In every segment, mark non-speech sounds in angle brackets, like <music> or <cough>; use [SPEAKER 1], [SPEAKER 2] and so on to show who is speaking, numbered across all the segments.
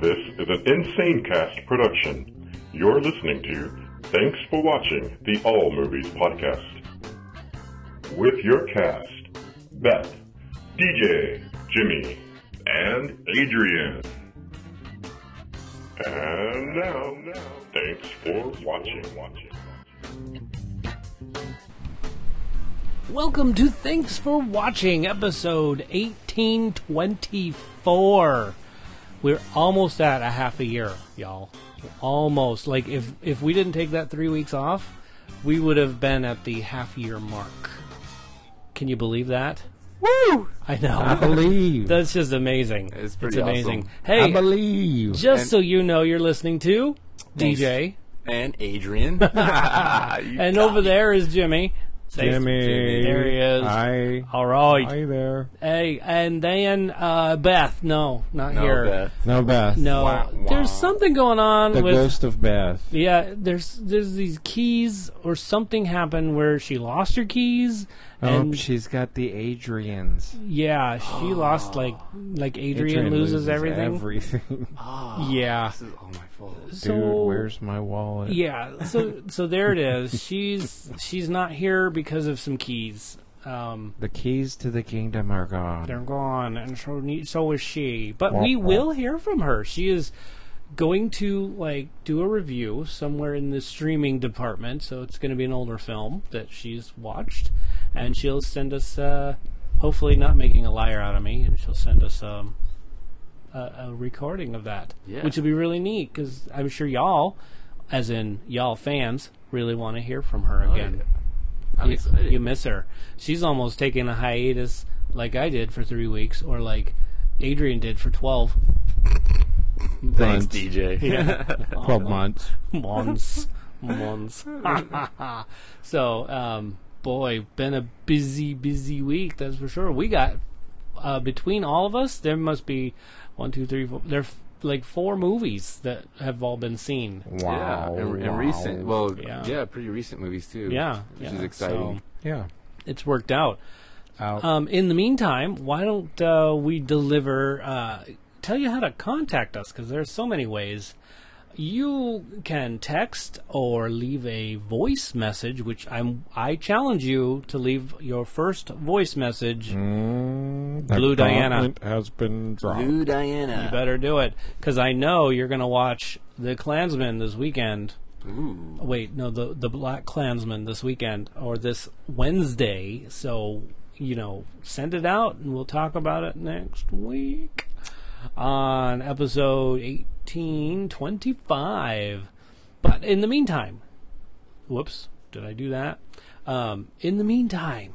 [SPEAKER 1] This is an Insane Cast production. You're listening to Thanks for Watching the All Movies Podcast. With your cast, Beth, DJ, Jimmy, and Adrian. And now, thanks for watching.
[SPEAKER 2] Welcome to Thanks for Watching, episode 1824. We're almost at a half a year, y'all. Almost. Like, if, if we didn't take that three weeks off, we would have been at the half year mark. Can you believe that?
[SPEAKER 3] Woo!
[SPEAKER 2] I know. <laughs>
[SPEAKER 4] <laughs> I believe.
[SPEAKER 2] That's just amazing.
[SPEAKER 4] It's pretty
[SPEAKER 2] amazing.
[SPEAKER 4] awesome.
[SPEAKER 2] Hey,
[SPEAKER 4] I believe.
[SPEAKER 2] just
[SPEAKER 3] and-
[SPEAKER 2] so you know, you're listening to
[SPEAKER 3] Thanks.
[SPEAKER 2] DJ.
[SPEAKER 3] And
[SPEAKER 2] <laughs>
[SPEAKER 3] Adrian. and
[SPEAKER 2] And over there is Jimmy. Say-
[SPEAKER 4] Jimmy.
[SPEAKER 2] There he is.
[SPEAKER 4] Hi.
[SPEAKER 2] All right.
[SPEAKER 4] Hi there.
[SPEAKER 2] Hey, and then uh, Beth. No, not
[SPEAKER 3] No,
[SPEAKER 2] here.
[SPEAKER 3] Beth.
[SPEAKER 4] No, Beth.
[SPEAKER 2] No,
[SPEAKER 3] Wah, wah.
[SPEAKER 2] there's something going on
[SPEAKER 4] The
[SPEAKER 2] with
[SPEAKER 4] ghost of Beth.
[SPEAKER 2] yeah. There's there's these keys or something happened where she lost her keys
[SPEAKER 4] oh,
[SPEAKER 2] and
[SPEAKER 4] she's got the Adrians.
[SPEAKER 2] yeah, she
[SPEAKER 3] <gasps>
[SPEAKER 2] lost like like Adrian, loses, everything. <laughs>
[SPEAKER 4] Everything.
[SPEAKER 2] yeah.
[SPEAKER 3] This is all my fault.
[SPEAKER 2] So
[SPEAKER 4] Dude, where's my wallet?
[SPEAKER 2] yeah. So so there it is. She's she's not here because of some keys. Um,
[SPEAKER 4] The keys to the kingdom are
[SPEAKER 2] they're
[SPEAKER 4] gone.
[SPEAKER 2] gone, and so ne- so is she. But
[SPEAKER 4] Wah,
[SPEAKER 2] we
[SPEAKER 4] wah.
[SPEAKER 2] will hear from her. She is going to like do a review somewhere in the streaming department. So it's going to be an older film that she's watched, and she'll send us. Uh, hopefully, not making a liar out of me, and she'll send us um, a, a recording of that,
[SPEAKER 3] Yeah.
[SPEAKER 2] which will be really neat because I'm sure y'all, as in y'all fans, really want to hear from her again.
[SPEAKER 3] I'm
[SPEAKER 2] You-
[SPEAKER 3] excited.
[SPEAKER 2] You miss her. She's almost taking a hiatus like I did for three weeks, or like Adrian did for 12
[SPEAKER 3] Thanks,
[SPEAKER 4] Months.
[SPEAKER 3] DJ.
[SPEAKER 4] Twelve months.
[SPEAKER 2] <laughs> months. months. <laughs> so, um, boy, been a busy, busy week, that's for sure. We got, uh, between all of us, there must be one, two, three, four, there are f- like four movies that have all been seen.
[SPEAKER 4] Wow.
[SPEAKER 3] yeah, and, and
[SPEAKER 4] wow.
[SPEAKER 3] recent. Well,
[SPEAKER 2] Yeah.
[SPEAKER 3] yeah. pretty recent movies too.
[SPEAKER 2] Yeah.
[SPEAKER 3] which
[SPEAKER 2] yeah,
[SPEAKER 3] is exciting.
[SPEAKER 2] so
[SPEAKER 4] yeah.
[SPEAKER 2] it's worked out.
[SPEAKER 4] Out.
[SPEAKER 2] Um, in the meantime, why don't uh, we deliver? Uh, tell you how to contact us because there's so many ways. You can text or leave a voice message, which I'm I challenge you to leave your first voice message.
[SPEAKER 4] Mm, the
[SPEAKER 2] Blue Diana.
[SPEAKER 4] gauntlet has been dropped.
[SPEAKER 3] Lou Diana.
[SPEAKER 2] You better do it because I know you're gonna watch the Klansman this weekend.
[SPEAKER 3] Ooh.
[SPEAKER 2] Wait, no, the the Black Klansman this weekend or this Wednesday. So you know, send it out, and we'll talk about it next week on episode eighteen twenty five. But in the meantime, whoops, did I do that? Um, in the meantime,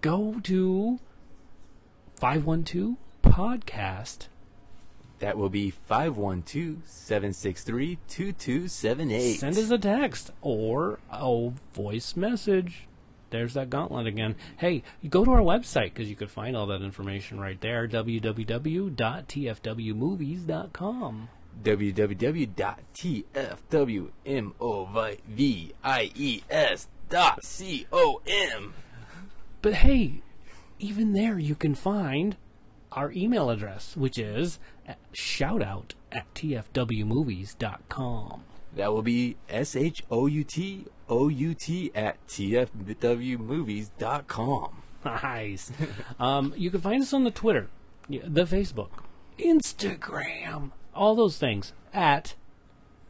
[SPEAKER 2] go to five one two podcast
[SPEAKER 3] That will be 512-763-2278.
[SPEAKER 2] Send us a text or a voice message. There's that gauntlet again. Hey, you go to our website because you could find all that information right there www.tfwmovies.com.
[SPEAKER 3] www.tfwmovies E dot com.
[SPEAKER 2] But hey, even there you can find our email address, which is shoutout at tfwmovies.com.
[SPEAKER 3] That will be S H O U T O U T at TFWMovies.com.
[SPEAKER 2] Nice. um, you can find us on the Twitter, y- the Facebook, Instagram, all those things at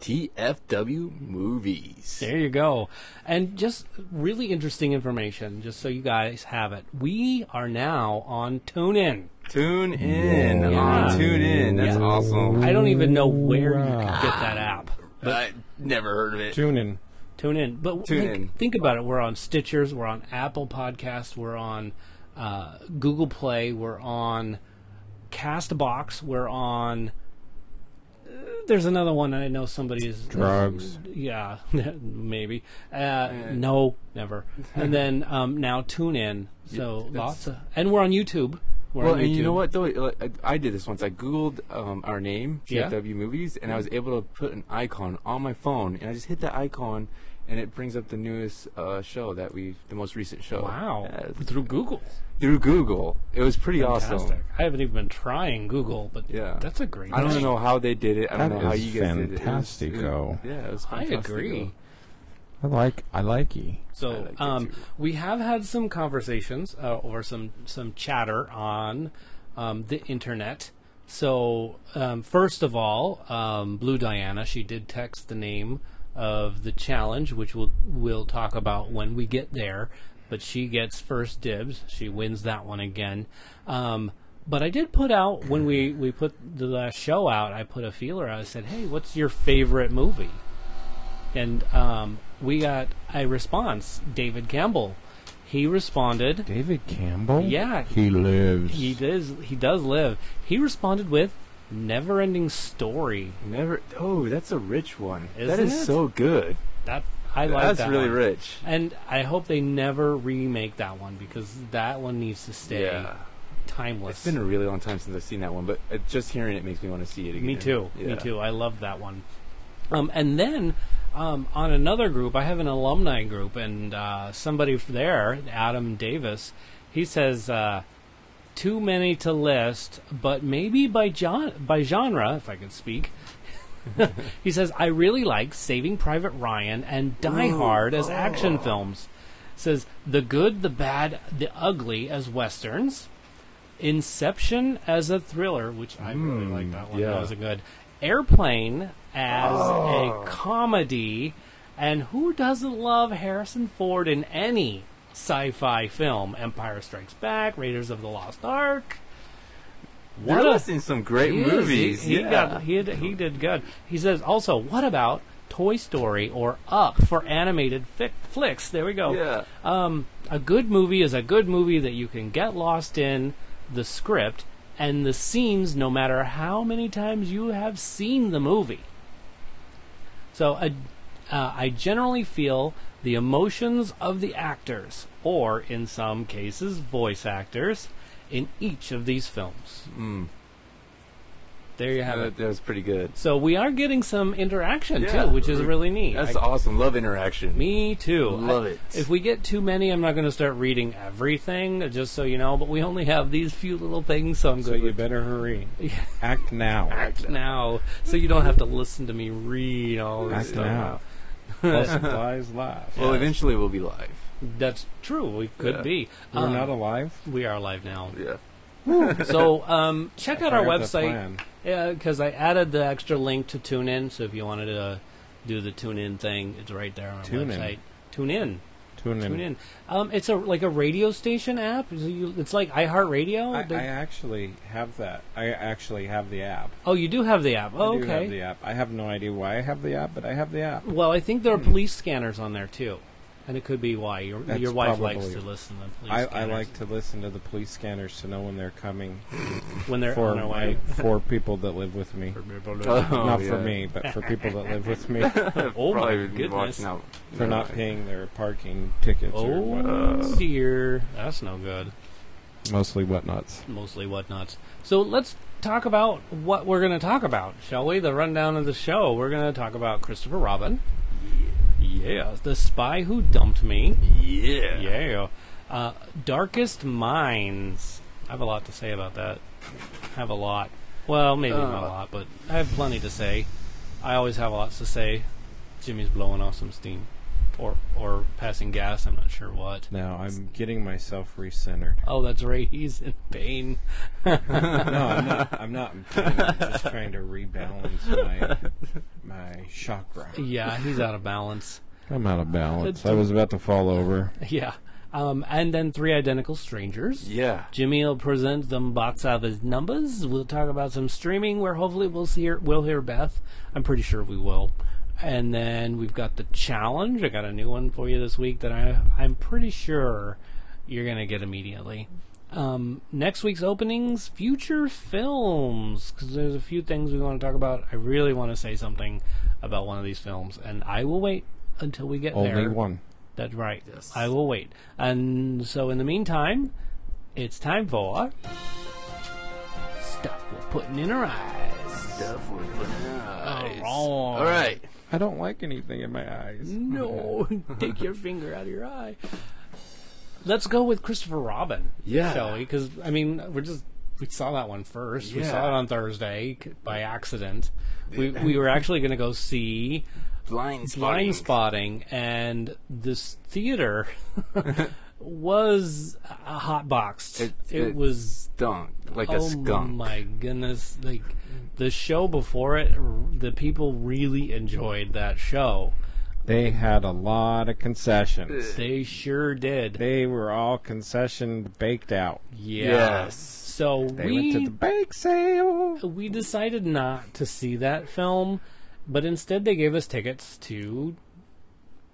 [SPEAKER 3] TFW Movies.
[SPEAKER 2] There you go. And just really interesting information, just so you guys have it. We are now on TuneIn.
[SPEAKER 3] Tune in.
[SPEAKER 4] Yeah.
[SPEAKER 3] On Tune In. That's
[SPEAKER 2] Yeah.
[SPEAKER 3] awesome.
[SPEAKER 2] I don't even know where you
[SPEAKER 4] Wow.
[SPEAKER 2] can get that app.
[SPEAKER 3] I never heard of it.
[SPEAKER 4] Tune in.
[SPEAKER 2] Tune in. But
[SPEAKER 3] Tune
[SPEAKER 2] think,
[SPEAKER 3] in.
[SPEAKER 2] think about it. We're on Stitchers. We're on Apple Podcasts. We're on uh, Google Play. We're on Castbox. We're on. uh, There's another one I know somebody's
[SPEAKER 4] Drugs.
[SPEAKER 2] Yeah, <laughs> maybe. Uh, no, never. And then um, now tune in. So lots of, and we're on YouTube. We're
[SPEAKER 3] Well,
[SPEAKER 2] on
[SPEAKER 3] and you
[SPEAKER 2] YouTube.
[SPEAKER 3] know what though? Like, I I did this once. I googled um, our name,
[SPEAKER 2] Yeah.
[SPEAKER 3] TFW Movies, and I was able to put an icon on my phone, and I just hit that icon, and it brings up the newest uh, show that we, the most recent show.
[SPEAKER 2] Wow.
[SPEAKER 3] Uh,
[SPEAKER 2] Through Google.
[SPEAKER 3] through Google. It was pretty awesome.
[SPEAKER 2] Fantastic. I haven't even been trying Google, but
[SPEAKER 3] Yeah.
[SPEAKER 2] that's a great
[SPEAKER 3] I don't
[SPEAKER 2] thing.
[SPEAKER 3] know how they did it. I don't
[SPEAKER 5] That
[SPEAKER 3] know how
[SPEAKER 5] is
[SPEAKER 3] you guys did it. It was- it was-
[SPEAKER 5] fantastico.
[SPEAKER 3] yeah, it was
[SPEAKER 2] I
[SPEAKER 3] fantastico.
[SPEAKER 2] agree.
[SPEAKER 5] I like I like
[SPEAKER 4] E.
[SPEAKER 5] ye.
[SPEAKER 3] I
[SPEAKER 2] So
[SPEAKER 3] like it
[SPEAKER 2] um,
[SPEAKER 3] too.
[SPEAKER 2] we have had some conversations uh, or some some chatter on um, the internet. So um, first of all, um, Blue Diana, she did text the name of the challenge, which we'll we'll talk about when we get there. But she gets first dibs. She wins that one again. Um, but I did put out when we we put the last show out. I put a feeler. out. I said, "Hey, what's your favorite movie?" and um, we got a response. David Campbell, he responded.
[SPEAKER 5] David Campbell?
[SPEAKER 2] Yeah.
[SPEAKER 5] He lives.
[SPEAKER 2] He does. He does live. He responded with "Never-ending Story."
[SPEAKER 3] Never. Oh, that's a rich one. that
[SPEAKER 2] Isn't
[SPEAKER 3] is
[SPEAKER 2] it?
[SPEAKER 3] so good.
[SPEAKER 2] That I like.
[SPEAKER 3] that's
[SPEAKER 2] that
[SPEAKER 3] really
[SPEAKER 2] one.
[SPEAKER 3] rich.
[SPEAKER 2] And I hope they never remake that one because that one needs to stay
[SPEAKER 3] Yeah.
[SPEAKER 2] timeless.
[SPEAKER 3] It's been a really long time since I've seen that one, but uh, just hearing it makes me want to see it again.
[SPEAKER 2] Me too.
[SPEAKER 3] Yeah.
[SPEAKER 2] Me too. I love that one. Um, and then um, on another group, I have an alumni group, and uh, somebody f- there, Adam Davis, he says, uh, "Too many to list, but maybe by gen- by genre, if I could speak." <laughs> he says, "I really like Saving Private Ryan and Die Hard as action films." Says the good, the bad, the ugly as westerns. Inception as a thriller, which I really like that one. That
[SPEAKER 3] Hmm, yeah.
[SPEAKER 2] was a good. Airplane as a comedy, and who doesn't love Harrison Ford in any sci-fi film? Empire Strikes Back, Raiders of the Lost Ark.
[SPEAKER 3] They're
[SPEAKER 2] What a-
[SPEAKER 3] listing some great
[SPEAKER 2] He is.
[SPEAKER 3] movies.
[SPEAKER 2] He, he
[SPEAKER 3] yeah.
[SPEAKER 2] got he did, he did good. He says also, what about Toy Story or Up for animated fic- flicks? There we go.
[SPEAKER 3] Yeah.
[SPEAKER 2] Um, a good movie is a good movie that you can get lost in the script and the scenes, no matter how many times you have seen the movie. So a, uh, I generally feel the emotions of the actors, or in some cases, voice actors, in each of these films.
[SPEAKER 3] Mm.
[SPEAKER 2] There you have
[SPEAKER 3] Uh,
[SPEAKER 2] it.
[SPEAKER 3] that was pretty good.
[SPEAKER 2] So we are getting some interaction
[SPEAKER 3] Yeah.
[SPEAKER 2] too, which is really neat.
[SPEAKER 3] That's
[SPEAKER 2] I-
[SPEAKER 3] awesome. Love interaction.
[SPEAKER 2] me too.
[SPEAKER 3] Love
[SPEAKER 2] I-
[SPEAKER 3] it.
[SPEAKER 2] If we get too many, I'm not going to start reading everything, just so you know. But we only have these few little things, so I'm
[SPEAKER 5] So
[SPEAKER 2] going
[SPEAKER 5] you
[SPEAKER 2] to
[SPEAKER 5] better hurry.
[SPEAKER 2] <laughs>
[SPEAKER 5] Act now.
[SPEAKER 2] act now, so you don't have to listen to me read all this
[SPEAKER 5] Act
[SPEAKER 2] stuff. <laughs>
[SPEAKER 5] now. Plus lies live.
[SPEAKER 3] Well, eventually we'll be live.
[SPEAKER 2] That's true. We could
[SPEAKER 3] Yeah.
[SPEAKER 2] be.
[SPEAKER 5] We're
[SPEAKER 2] Um,
[SPEAKER 5] not alive.
[SPEAKER 2] we are
[SPEAKER 5] <laughs>
[SPEAKER 2] live now.
[SPEAKER 3] Yeah.
[SPEAKER 2] So um, check out our
[SPEAKER 5] I got the
[SPEAKER 2] website.
[SPEAKER 5] plan.
[SPEAKER 2] Yeah, because I added the extra link to tune in. So if you wanted to do the tune in thing, it's right there on our
[SPEAKER 5] Tune in.
[SPEAKER 2] website. Tune in.
[SPEAKER 5] Tune in.
[SPEAKER 2] Tune in. Um, it's a like a radio station app. Is it you- It's like iHeartRadio.
[SPEAKER 5] I,
[SPEAKER 2] Oh, They-
[SPEAKER 5] I actually have that. I actually have the app.
[SPEAKER 2] oh, you do have the app. Oh,
[SPEAKER 5] I do
[SPEAKER 2] okay.
[SPEAKER 5] have the app. I have no idea why I have the app, but I have the app.
[SPEAKER 2] Well, I think there are police scanners on there too, and it could be why your
[SPEAKER 5] That's
[SPEAKER 2] your wife
[SPEAKER 5] probably-
[SPEAKER 2] likes to listen to police
[SPEAKER 5] I, I
[SPEAKER 2] scanners
[SPEAKER 5] like to listen to the police scanners to know when they're coming
[SPEAKER 2] when they're
[SPEAKER 5] for
[SPEAKER 2] on their way.
[SPEAKER 5] my, for people that live with
[SPEAKER 2] <laughs>
[SPEAKER 5] me.
[SPEAKER 3] Oh,
[SPEAKER 5] not
[SPEAKER 3] yeah.
[SPEAKER 5] for me, but for people that live with me
[SPEAKER 2] Oh my
[SPEAKER 3] <laughs> Probably would be
[SPEAKER 2] goodness!
[SPEAKER 3] watching out.
[SPEAKER 5] for not paying their parking tickets or what,
[SPEAKER 2] Oh dear, that's no good.
[SPEAKER 5] mostly whatnots.
[SPEAKER 2] mostly whatnots. So let's talk about what we're going to talk about, shall we? The rundown of the show. We're going to talk about Christopher Robin. Yeah. The Spy Who Dumped Me.
[SPEAKER 3] Yeah.
[SPEAKER 2] Yeah. Uh, Darkest Minds. I have a lot to say about that. I have a lot. Well, maybe not a
[SPEAKER 3] Uh.
[SPEAKER 2] lot, but I have plenty to say. I always have lots to say. Jimmy's blowing off some steam. Or, or passing gas, I'm not sure what.
[SPEAKER 5] Now I'm getting myself recentered.
[SPEAKER 2] Oh, that's right, he's in pain.
[SPEAKER 5] No, I'm not. I'm not. I'm kidding. I'm just trying to rebalance my my chakra.
[SPEAKER 2] Yeah, he's out of balance. <laughs>
[SPEAKER 5] I'm out of balance. I was about to fall over.
[SPEAKER 2] Yeah. Um, and then three identical strangers.
[SPEAKER 3] Yeah.
[SPEAKER 2] Jimmy will present them box office numbers. We'll talk about some streaming where hopefully we'll see her, we'll hear Beth. I'm pretty sure we will. And then we've got the challenge. I got a new one for you this week that I I'm pretty sure you're gonna get immediately. Um, next week's openings, future films, because there's a few things we want to talk about. I really want to say something about one of these films, and I will wait until we get there.
[SPEAKER 5] Only one.
[SPEAKER 2] That's right.
[SPEAKER 3] Yes.
[SPEAKER 2] I will wait. And so, in the meantime, it's time for stuff we're putting in our eyes.
[SPEAKER 3] Stuff we're putting in our eyes.
[SPEAKER 2] All
[SPEAKER 3] All right.
[SPEAKER 5] I don't like anything in my eyes.
[SPEAKER 2] Mm.
[SPEAKER 3] <laughs>
[SPEAKER 2] No, take your finger out of your eye. Let's go with Christopher Robin,
[SPEAKER 3] Yeah.
[SPEAKER 2] shall we? Because I mean, we're just we saw that one first. We saw
[SPEAKER 3] Yeah.
[SPEAKER 2] it on Thursday c- by accident. We we were actually going to go see
[SPEAKER 3] Blind
[SPEAKER 2] Blind Spotting, and this theater <laughs> was a hot box. It,
[SPEAKER 3] It- it-
[SPEAKER 2] was
[SPEAKER 3] Dunk. Like a
[SPEAKER 2] oh
[SPEAKER 3] skunk.
[SPEAKER 2] my goodness! Like the show before it, r- the people really enjoyed that show.
[SPEAKER 5] They had a lot of concessions.
[SPEAKER 2] They sure did.
[SPEAKER 5] They were all concession baked out.
[SPEAKER 2] Yeah.
[SPEAKER 3] Yes.
[SPEAKER 2] So
[SPEAKER 5] They
[SPEAKER 2] we
[SPEAKER 5] went to the bake sale.
[SPEAKER 2] we decided not to see that film, but instead they gave us tickets to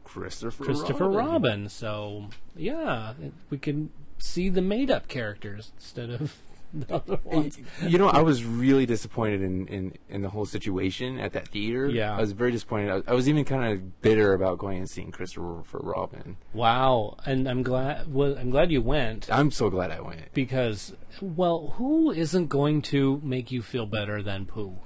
[SPEAKER 3] Christopher
[SPEAKER 2] Christopher Robin. So yeah, it- we can see the made-up characters instead of <laughs> the other ones.
[SPEAKER 3] You know, I was really disappointed in, in, in the whole situation at that theater.
[SPEAKER 2] Yeah.
[SPEAKER 3] I was very disappointed. I was, I was even kind of bitter about going and seeing Christopher Robin.
[SPEAKER 2] Wow, and I'm glad. Well, I'm glad you went.
[SPEAKER 3] I'm so glad I went.
[SPEAKER 2] because well who isn't going to make you feel better than poo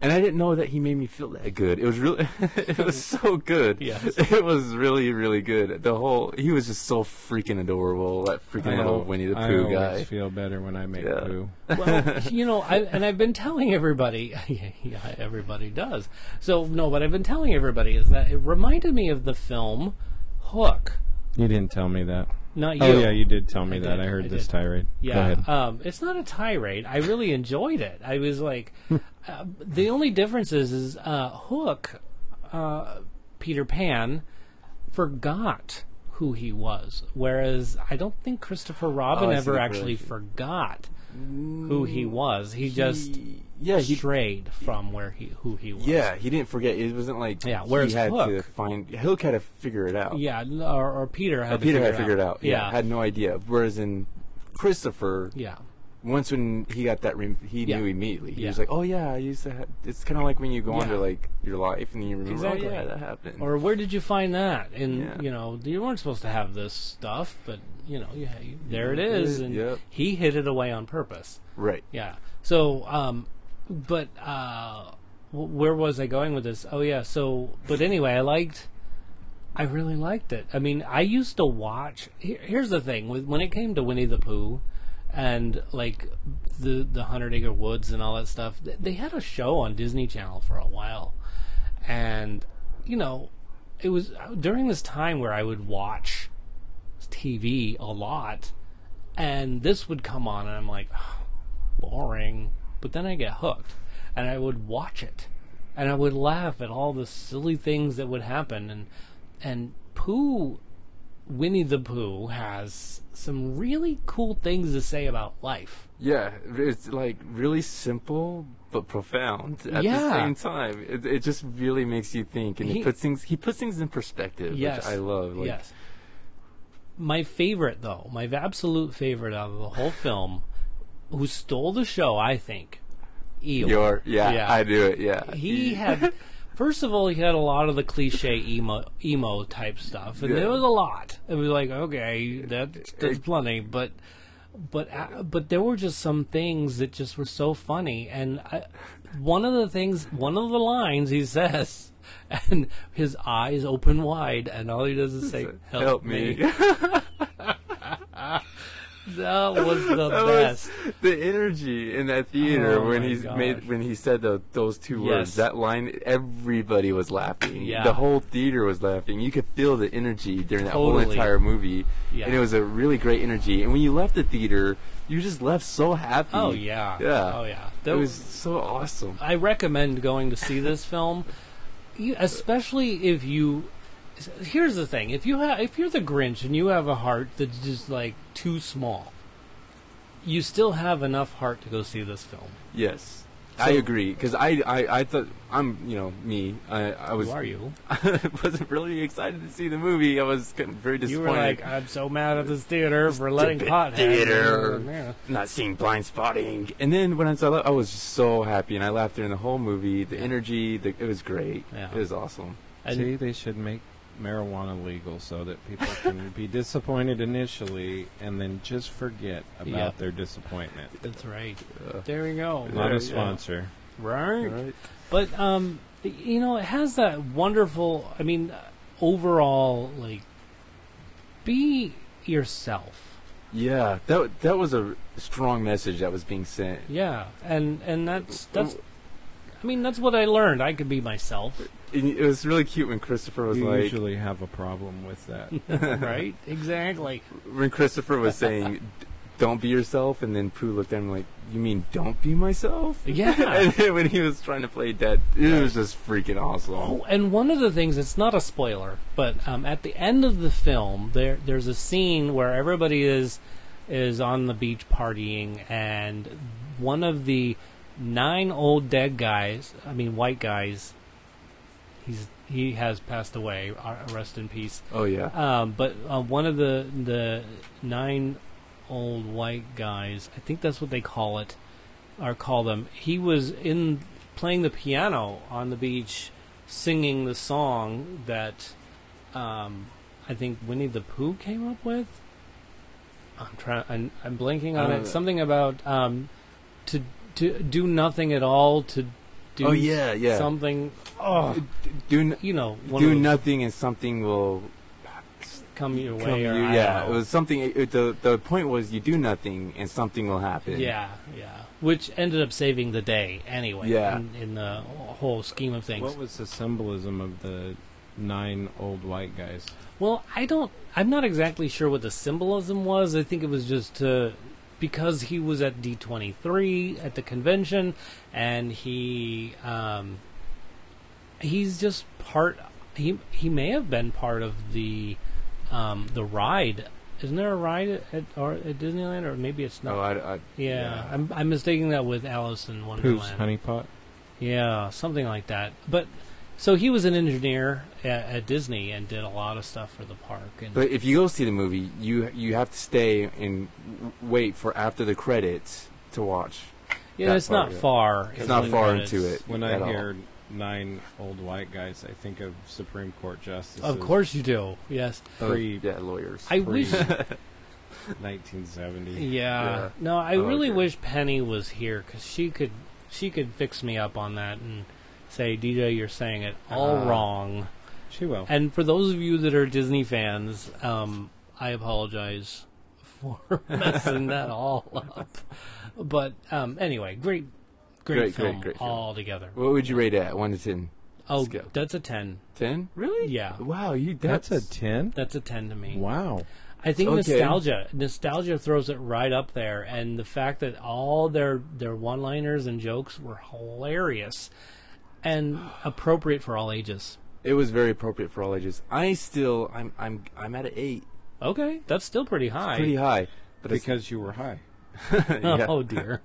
[SPEAKER 3] And I didn't know that he made me feel that good. It was really, <laughs> it was so good.
[SPEAKER 2] Yes.
[SPEAKER 3] <laughs> It was really, really good. The whole, he was just so freaking adorable. That freaking little Winnie the
[SPEAKER 5] I
[SPEAKER 3] Pooh
[SPEAKER 5] always
[SPEAKER 3] guy.
[SPEAKER 5] feel better when I make
[SPEAKER 3] Yeah.
[SPEAKER 5] poo.
[SPEAKER 2] well <laughs> you know I, and i've been telling everybody <laughs> yeah everybody does so no what i've been telling everybody is that it reminded me of the film hook
[SPEAKER 5] You didn't tell me that.
[SPEAKER 2] not you
[SPEAKER 5] Oh yeah, you did tell me
[SPEAKER 2] I
[SPEAKER 5] that.
[SPEAKER 2] did,
[SPEAKER 5] I heard
[SPEAKER 2] I
[SPEAKER 5] this
[SPEAKER 2] did.
[SPEAKER 5] tirade. Go
[SPEAKER 2] Yeah,
[SPEAKER 5] ahead.
[SPEAKER 2] um, it's not a tirade. I really enjoyed it. I was like, <laughs> uh, the only difference is, is uh, Hook, uh, Peter Pan, forgot who he was, whereas I don't think Christopher Robin
[SPEAKER 3] Oh, I see
[SPEAKER 2] ever
[SPEAKER 3] the
[SPEAKER 2] actually
[SPEAKER 3] correlation.
[SPEAKER 2] forgot who he was. He just
[SPEAKER 3] yeah, he,
[SPEAKER 2] strayed from where he who he was.
[SPEAKER 3] yeah, he didn't forget. It wasn't like
[SPEAKER 2] Yeah, whereas
[SPEAKER 3] he had to
[SPEAKER 2] Hook-
[SPEAKER 3] find, Hook had to figure it out.
[SPEAKER 2] yeah, l- or, or Peter had to
[SPEAKER 3] Peter
[SPEAKER 2] figure
[SPEAKER 3] had figured it out. Yeah.
[SPEAKER 2] yeah,
[SPEAKER 3] had no idea. Whereas in Christopher,
[SPEAKER 2] yeah.
[SPEAKER 3] once when he got that ring, he
[SPEAKER 2] Yeah.
[SPEAKER 3] knew immediately. He
[SPEAKER 2] Yeah.
[SPEAKER 3] was like, "Oh yeah, I used to." Ha-. It's kind of like when you go
[SPEAKER 2] Yeah.
[SPEAKER 3] into like your life and then you remember,
[SPEAKER 2] Exactly.
[SPEAKER 3] "Oh yeah, that happened."
[SPEAKER 2] or where did you find that? And
[SPEAKER 3] Yeah.
[SPEAKER 2] you know, you weren't supposed to have this stuff, but you know, yeah, you, there it is, and
[SPEAKER 3] Yep.
[SPEAKER 2] he hid it away on purpose.
[SPEAKER 3] right.
[SPEAKER 2] Yeah. So, um, but uh, wh- where was I going with this? Oh yeah. So, but anyway, I liked. I really liked it. I mean, I used to watch. Here, here's the thing: with when it came to Winnie the Pooh, and like the the Hundred Acre Woods and all that stuff, th- they had a show on Disney Channel for a while, and you know, it was uh, during this time where I would watch TV a lot, and this would come on, and I'm like, boring. But then I get hooked, and I would watch it, and I would laugh at all the silly things that would happen, and and Pooh, Winnie the Pooh has some really cool things to say about life.
[SPEAKER 3] Yeah, it's like really simple but profound at
[SPEAKER 2] Yeah.
[SPEAKER 3] the same time. It, it just really makes you think, and
[SPEAKER 2] He-
[SPEAKER 3] he puts things. He puts things in perspective,
[SPEAKER 2] Yes,
[SPEAKER 3] which I love. Like,
[SPEAKER 2] yes. My favorite, though, my absolute favorite out of the whole film, who stole the show, I think, Eeyore.
[SPEAKER 3] Your yeah,
[SPEAKER 2] Yeah.
[SPEAKER 3] I do it. Yeah,
[SPEAKER 2] he had first of all he had a lot of the cliche emo emo type stuff and
[SPEAKER 3] Yeah.
[SPEAKER 2] there was a lot it was like okay that's that's plenty but but uh, but there were just some things that just were so funny and I, one of the things one of the lines he says <laughs> and his eyes open wide and all he does is say help, <laughs>
[SPEAKER 3] help
[SPEAKER 2] me,
[SPEAKER 3] me.
[SPEAKER 2] that was the
[SPEAKER 3] <laughs> That
[SPEAKER 2] best
[SPEAKER 3] was the energy in that theater
[SPEAKER 2] Oh
[SPEAKER 3] when
[SPEAKER 2] my
[SPEAKER 3] he
[SPEAKER 2] gosh.
[SPEAKER 3] made when he said tho- those two
[SPEAKER 2] Yes.
[SPEAKER 3] words. That line, everybody was laughing.
[SPEAKER 2] Yeah.
[SPEAKER 3] The whole theater was laughing. You could feel the energy during that whole
[SPEAKER 2] Totally.
[SPEAKER 3] entire movie,
[SPEAKER 2] Yeah.
[SPEAKER 3] and it was a really great energy. And when you left the theater, you just left so happy.
[SPEAKER 2] oh yeah
[SPEAKER 3] yeah,
[SPEAKER 2] oh yeah
[SPEAKER 3] It
[SPEAKER 2] That Uh,
[SPEAKER 3] was so awesome.
[SPEAKER 2] I recommend going to see this film, you- especially if you. Here's the thing: if you have, if you're the Grinch and you have a heart that's just like too small, you still have enough heart to go see this film.
[SPEAKER 3] Yes. I agree because I, I I thought I'm you know me I I was
[SPEAKER 2] Who are you?
[SPEAKER 3] I <laughs> wasn't really excited to see the movie I was kind of very
[SPEAKER 2] You
[SPEAKER 3] disappointed
[SPEAKER 2] were like, I'm so mad at this theater for
[SPEAKER 3] <laughs>
[SPEAKER 2] letting
[SPEAKER 3] stupid
[SPEAKER 2] potheads.
[SPEAKER 3] theater.
[SPEAKER 2] Yeah.
[SPEAKER 3] not seeing blind spotting. And then when I saw that, I was just so happy, and I laughed during the whole movie. The energy, the, it was great.
[SPEAKER 2] Yeah.
[SPEAKER 3] It was awesome.
[SPEAKER 2] And
[SPEAKER 5] See, they should make marijuana legal so that people
[SPEAKER 3] <laughs>
[SPEAKER 5] can be disappointed initially and then just forget about
[SPEAKER 2] Yeah.
[SPEAKER 5] their disappointment.
[SPEAKER 2] that's right.
[SPEAKER 3] Yeah.
[SPEAKER 2] There we go.
[SPEAKER 5] Not
[SPEAKER 3] Yeah,
[SPEAKER 5] a sponsor.
[SPEAKER 2] Right. But um, you know, it has that wonderful. I mean, overall, like, be yourself.
[SPEAKER 3] Yeah, that that was a strong message that was being sent.
[SPEAKER 2] Yeah, and and that's that's. I mean, that's what I learned. I could be myself,
[SPEAKER 3] And it was really cute when Christopher was
[SPEAKER 5] You
[SPEAKER 3] like,
[SPEAKER 5] usually have a problem with
[SPEAKER 3] <laughs>
[SPEAKER 5] that.
[SPEAKER 2] right? exactly.
[SPEAKER 3] when Christopher
[SPEAKER 2] <laughs>
[SPEAKER 3] was saying, "Don't be yourself," and then Pooh looked at him like, "You mean don't be myself?"
[SPEAKER 2] Yeah.
[SPEAKER 3] <laughs> and then when he was trying to play dead, it was just freaking awesome.
[SPEAKER 2] Oh, and one of the things it's not a spoiler, but um, at the end of the film, there there's a scene where everybody is is on the beach partying, and one of the nine old dead guys, I mean white guys, he's he has passed away. ar- Rest in peace.
[SPEAKER 3] Oh, yeah.
[SPEAKER 2] Um, but uh, one of the the nine old white guys, I think that's what they call it, or call them. He was in playing the piano on the beach, singing the song that um, I think Winnie the Pooh came up with. I'm trying. I'm, I'm blanking on
[SPEAKER 3] Uh,
[SPEAKER 2] it. Something about um, to to do nothing at all to do
[SPEAKER 3] Oh, yeah, yeah.
[SPEAKER 2] something. Oh,
[SPEAKER 3] do n-
[SPEAKER 2] you know, one
[SPEAKER 3] do
[SPEAKER 2] of those
[SPEAKER 3] nothing, and something will
[SPEAKER 2] come your way.
[SPEAKER 3] come.
[SPEAKER 2] or
[SPEAKER 3] you-
[SPEAKER 2] I
[SPEAKER 3] yeah,
[SPEAKER 2] don't
[SPEAKER 3] it
[SPEAKER 2] know.
[SPEAKER 3] was something. It, the the point was, you do nothing, and something will happen.
[SPEAKER 2] Yeah, yeah. Which ended up saving the day anyway.
[SPEAKER 3] Yeah.
[SPEAKER 2] In, in the whole scheme of things.
[SPEAKER 5] What was the symbolism of the nine old white guys?
[SPEAKER 2] Well, I don't. I'm not exactly sure what the symbolism was. I think it was just to because he was at D23 at the convention, and he um, he's just part. He he may have been part of the um, the ride. Isn't there a ride at, at, or at Disneyland, or maybe it's not?
[SPEAKER 3] No, Oh, I, I-
[SPEAKER 2] yeah, I'm, I'm mistaking that with Alice in Wonderland.
[SPEAKER 5] Who's honeypot?
[SPEAKER 2] Yeah, something like that. But so he was an engineer at, at Disney and did a lot of stuff for the park. And
[SPEAKER 3] But if you go see the movie, you you have to stay and w- wait for after the credits to watch.
[SPEAKER 2] yeah,
[SPEAKER 3] that
[SPEAKER 2] it's
[SPEAKER 3] part
[SPEAKER 2] not
[SPEAKER 3] of it.
[SPEAKER 2] far.
[SPEAKER 3] It's not
[SPEAKER 2] only
[SPEAKER 3] far
[SPEAKER 2] credits.
[SPEAKER 3] into it.
[SPEAKER 5] When
[SPEAKER 3] at
[SPEAKER 5] I
[SPEAKER 3] all.
[SPEAKER 5] hear nine old white guys, I think of Supreme Court justices.
[SPEAKER 2] Of course you do. Yes,
[SPEAKER 3] Oh,
[SPEAKER 5] Pre
[SPEAKER 3] yeah, lawyers.
[SPEAKER 2] I wish. <laughs> Yeah,
[SPEAKER 5] 1970.
[SPEAKER 3] <laughs> Yeah.
[SPEAKER 2] no, I
[SPEAKER 3] Oh,
[SPEAKER 2] really
[SPEAKER 3] okay.
[SPEAKER 2] wish Penny was here because she could she could fix me up on that and say, DJ, you're saying it all
[SPEAKER 3] Ah.
[SPEAKER 2] wrong.
[SPEAKER 5] She will.
[SPEAKER 2] And for those of you that are Disney fans, um, I apologize for <laughs> messing that all up. But um, anyway, great, great,
[SPEAKER 3] Great,
[SPEAKER 2] film
[SPEAKER 3] great, great film.
[SPEAKER 2] all together.
[SPEAKER 3] what would you rate it at one to ten?
[SPEAKER 2] oh,
[SPEAKER 3] go.
[SPEAKER 2] that's a ten.
[SPEAKER 3] Ten? Really?
[SPEAKER 2] Yeah.
[SPEAKER 3] Wow, you
[SPEAKER 5] That's
[SPEAKER 3] that's,
[SPEAKER 5] a 10?
[SPEAKER 2] That's a ten to me.
[SPEAKER 5] Wow.
[SPEAKER 2] I think
[SPEAKER 3] Okay.
[SPEAKER 2] nostalgia, nostalgia throws it right up there, and the fact that all their their one liners and jokes were hilarious and appropriate for all ages.
[SPEAKER 3] It was very appropriate for all ages. I still, I'm, I'm, I'm at an eight,
[SPEAKER 2] Okay, that's still pretty high.
[SPEAKER 3] pretty high.
[SPEAKER 2] <laughs>
[SPEAKER 3] But it's-
[SPEAKER 5] Because you were high.
[SPEAKER 3] yeah.
[SPEAKER 2] Oh dear.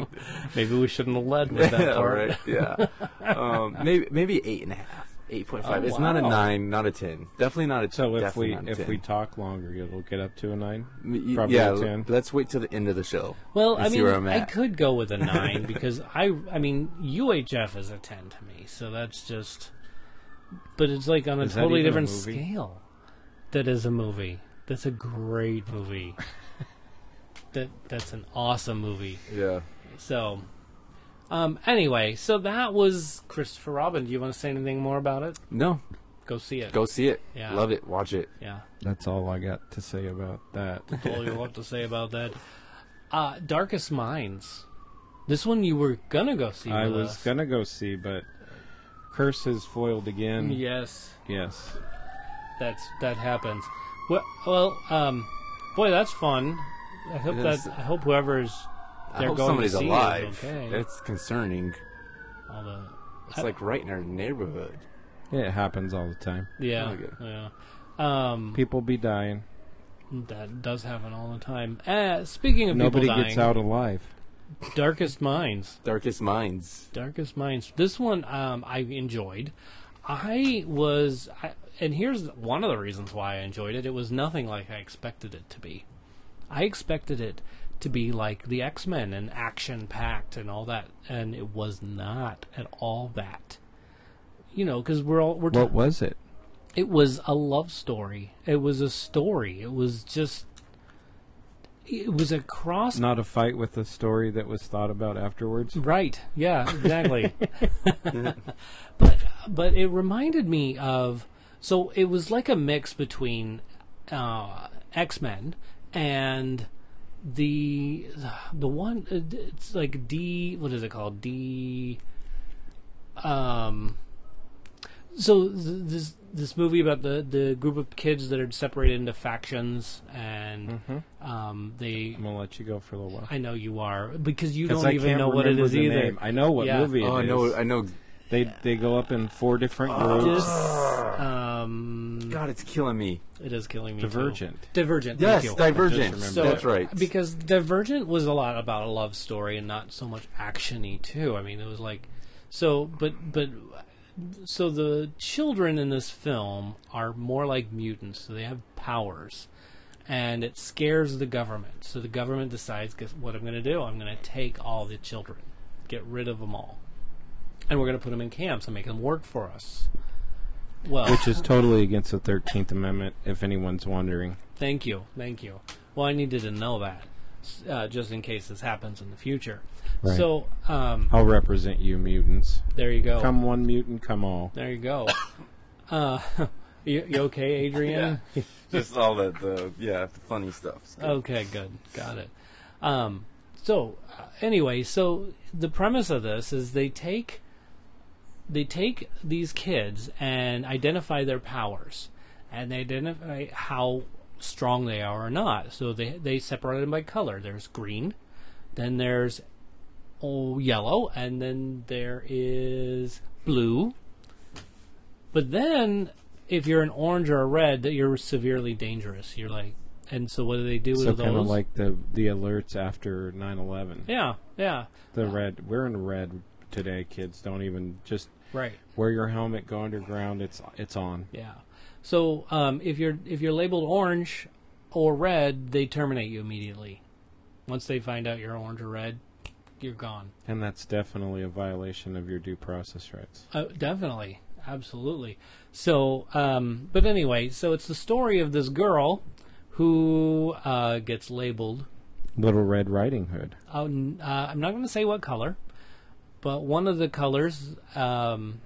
[SPEAKER 2] <laughs> Maybe we shouldn't have led with that
[SPEAKER 3] all
[SPEAKER 2] part.
[SPEAKER 3] right, <laughs> yeah. <laughs> Um, maybe, maybe eight and a half, eight point five.
[SPEAKER 2] Oh,
[SPEAKER 3] it's not a
[SPEAKER 2] wow.
[SPEAKER 3] nine, not a ten, definitely not a.
[SPEAKER 5] So if
[SPEAKER 3] definitely
[SPEAKER 5] we
[SPEAKER 3] not a
[SPEAKER 5] if
[SPEAKER 3] 10.
[SPEAKER 5] we talk longer, it'll get up to a 9?
[SPEAKER 3] M- y-
[SPEAKER 5] Probably
[SPEAKER 3] yeah,
[SPEAKER 5] a 10.
[SPEAKER 3] let's wait till the end of the show.
[SPEAKER 2] Well,
[SPEAKER 3] and
[SPEAKER 2] I
[SPEAKER 3] see
[SPEAKER 2] mean,
[SPEAKER 3] where I'm
[SPEAKER 2] I
[SPEAKER 3] at.
[SPEAKER 2] could go with a
[SPEAKER 5] <laughs>
[SPEAKER 2] nine because I, I mean, UHF is a ten to me, so that's just. But it's like on a
[SPEAKER 5] Is that
[SPEAKER 2] totally
[SPEAKER 5] even a
[SPEAKER 2] different
[SPEAKER 5] movie?
[SPEAKER 2] scale. That is a movie. That's a great
[SPEAKER 5] <laughs>
[SPEAKER 2] movie. that that's an awesome movie.
[SPEAKER 3] Yeah.
[SPEAKER 2] So, um, anyway, so that was Christopher Robin. Do you want to say anything more about it?
[SPEAKER 3] No,
[SPEAKER 2] Go see it.
[SPEAKER 3] go see it.
[SPEAKER 2] Yeah.
[SPEAKER 3] Love it. Watch it.
[SPEAKER 5] <laughs>
[SPEAKER 2] Yeah.
[SPEAKER 5] That's all I got to say about that.
[SPEAKER 4] <laughs>
[SPEAKER 2] all you'll have to say about that. Uh, Darkest Minds. This one you were gonna go see.
[SPEAKER 5] I
[SPEAKER 2] with
[SPEAKER 5] was
[SPEAKER 2] us.
[SPEAKER 5] gonna go see, but curse is foiled again.
[SPEAKER 2] Yes,
[SPEAKER 5] Yes.
[SPEAKER 2] that's that happens. Well, well, um, boy, that's fun. I hope
[SPEAKER 3] Yes.
[SPEAKER 2] that I hope whoever's
[SPEAKER 3] I
[SPEAKER 2] they're
[SPEAKER 3] hope
[SPEAKER 2] going
[SPEAKER 3] somebody's
[SPEAKER 2] to see
[SPEAKER 3] alive.
[SPEAKER 2] Is okay.
[SPEAKER 3] That's concerning.
[SPEAKER 2] Although-
[SPEAKER 3] It's like right in our neighborhood.
[SPEAKER 5] It happens all the time.
[SPEAKER 2] yeah,
[SPEAKER 3] Okay.
[SPEAKER 2] yeah. Um,
[SPEAKER 5] People be dying.
[SPEAKER 2] that does happen all the time. Uh, speaking of
[SPEAKER 5] Nobody
[SPEAKER 2] people dying,
[SPEAKER 5] gets out alive.
[SPEAKER 2] Darkest Minds.
[SPEAKER 3] Darkest Minds.
[SPEAKER 2] Darkest Minds. This one um, I enjoyed. I was, I, and here's one of the reasons why I enjoyed it. It was nothing like I expected it to be. I expected it to be like the X Men and action packed and all that, and it was not at all that. You know, because we're all we're
[SPEAKER 5] What was it?
[SPEAKER 2] it was a love story. It was a story. It was just it was a cross.
[SPEAKER 4] Not a fight with the story that was thought about afterwards.
[SPEAKER 2] Right.
[SPEAKER 4] <laughs>
[SPEAKER 2] Yeah. Exactly. but but it reminded me of so it was like a mix between uh, X Men and the the one uh, it's like D what is it called D um so th- this this movie about the the group of kids that are separated into factions and
[SPEAKER 4] Mm-hmm.
[SPEAKER 2] um they
[SPEAKER 4] I'm gonna let you go for a little while.
[SPEAKER 2] I know you are because you
[SPEAKER 4] 'Cause
[SPEAKER 2] don't
[SPEAKER 4] I
[SPEAKER 2] even
[SPEAKER 4] can't
[SPEAKER 2] know what it
[SPEAKER 4] remember
[SPEAKER 2] is
[SPEAKER 4] the
[SPEAKER 2] either.
[SPEAKER 4] name. I know what
[SPEAKER 2] Yeah.
[SPEAKER 4] movie it is.
[SPEAKER 3] Oh, I know. I know.
[SPEAKER 4] They they go up in four different groups.
[SPEAKER 2] Dis- um,
[SPEAKER 3] God, it's killing me.
[SPEAKER 2] it is killing me. too.
[SPEAKER 4] Divergent.
[SPEAKER 2] Divergent.
[SPEAKER 3] Yes,
[SPEAKER 2] thank you.
[SPEAKER 3] Divergent.
[SPEAKER 4] remembered
[SPEAKER 2] So-
[SPEAKER 3] That's right.
[SPEAKER 2] Because Divergent was a lot about a love story and not so much actiony too. I mean, it was like so, but but so the children in this film are more like mutants. So they have powers, and it scares the government. So the government decides, guess what I'm going to do? I'm going to take all the children, get rid of them all, and we're going to put them in camps and make them work for us. Well,
[SPEAKER 4] Which is totally against the Thirteenth Amendment, if anyone's wondering.
[SPEAKER 2] Thank you, thank you. Well, I needed to know that s- uh, just in case this happens in the future.
[SPEAKER 4] Right.
[SPEAKER 2] So um,
[SPEAKER 4] I'll represent you, mutants.
[SPEAKER 2] there you go.
[SPEAKER 4] Come one mutant, come all.
[SPEAKER 2] There you go. <coughs> Uh, <laughs> you, you okay, Adrian?
[SPEAKER 3] Just all the, the yeah, the funny stuff.
[SPEAKER 2] <laughs> Okay, good, got it. Um, so uh, anyway, so the premise of this is they take they take these kids and identify their powers, and they identify how strong they are or not. So they they separate them by color. There's green, then there's oh yellow, and then there is blue. But then, if you're an orange or a red, that you're severely dangerous. You're like, and so what do they do
[SPEAKER 4] So
[SPEAKER 2] with
[SPEAKER 4] kind of
[SPEAKER 2] those?
[SPEAKER 4] like the the alerts after 9/11.
[SPEAKER 2] yeah, yeah,
[SPEAKER 4] The red. We're in red today, kids. Don't even just
[SPEAKER 2] right.
[SPEAKER 4] wear your helmet. Go underground. It's it's on.
[SPEAKER 2] Yeah. So um, if you're if you're labeled orange or red, they terminate you immediately. Once they find out you're orange or red, you're gone.
[SPEAKER 4] And that's definitely a violation of your due process rights.
[SPEAKER 2] Uh, definitely, absolutely. So, um, but anyway, so it's the story of this girl who uh, gets labeled.
[SPEAKER 4] Little Red Riding Hood.
[SPEAKER 2] Uh, n- uh, I'm not going to say what color, but one of the colors um,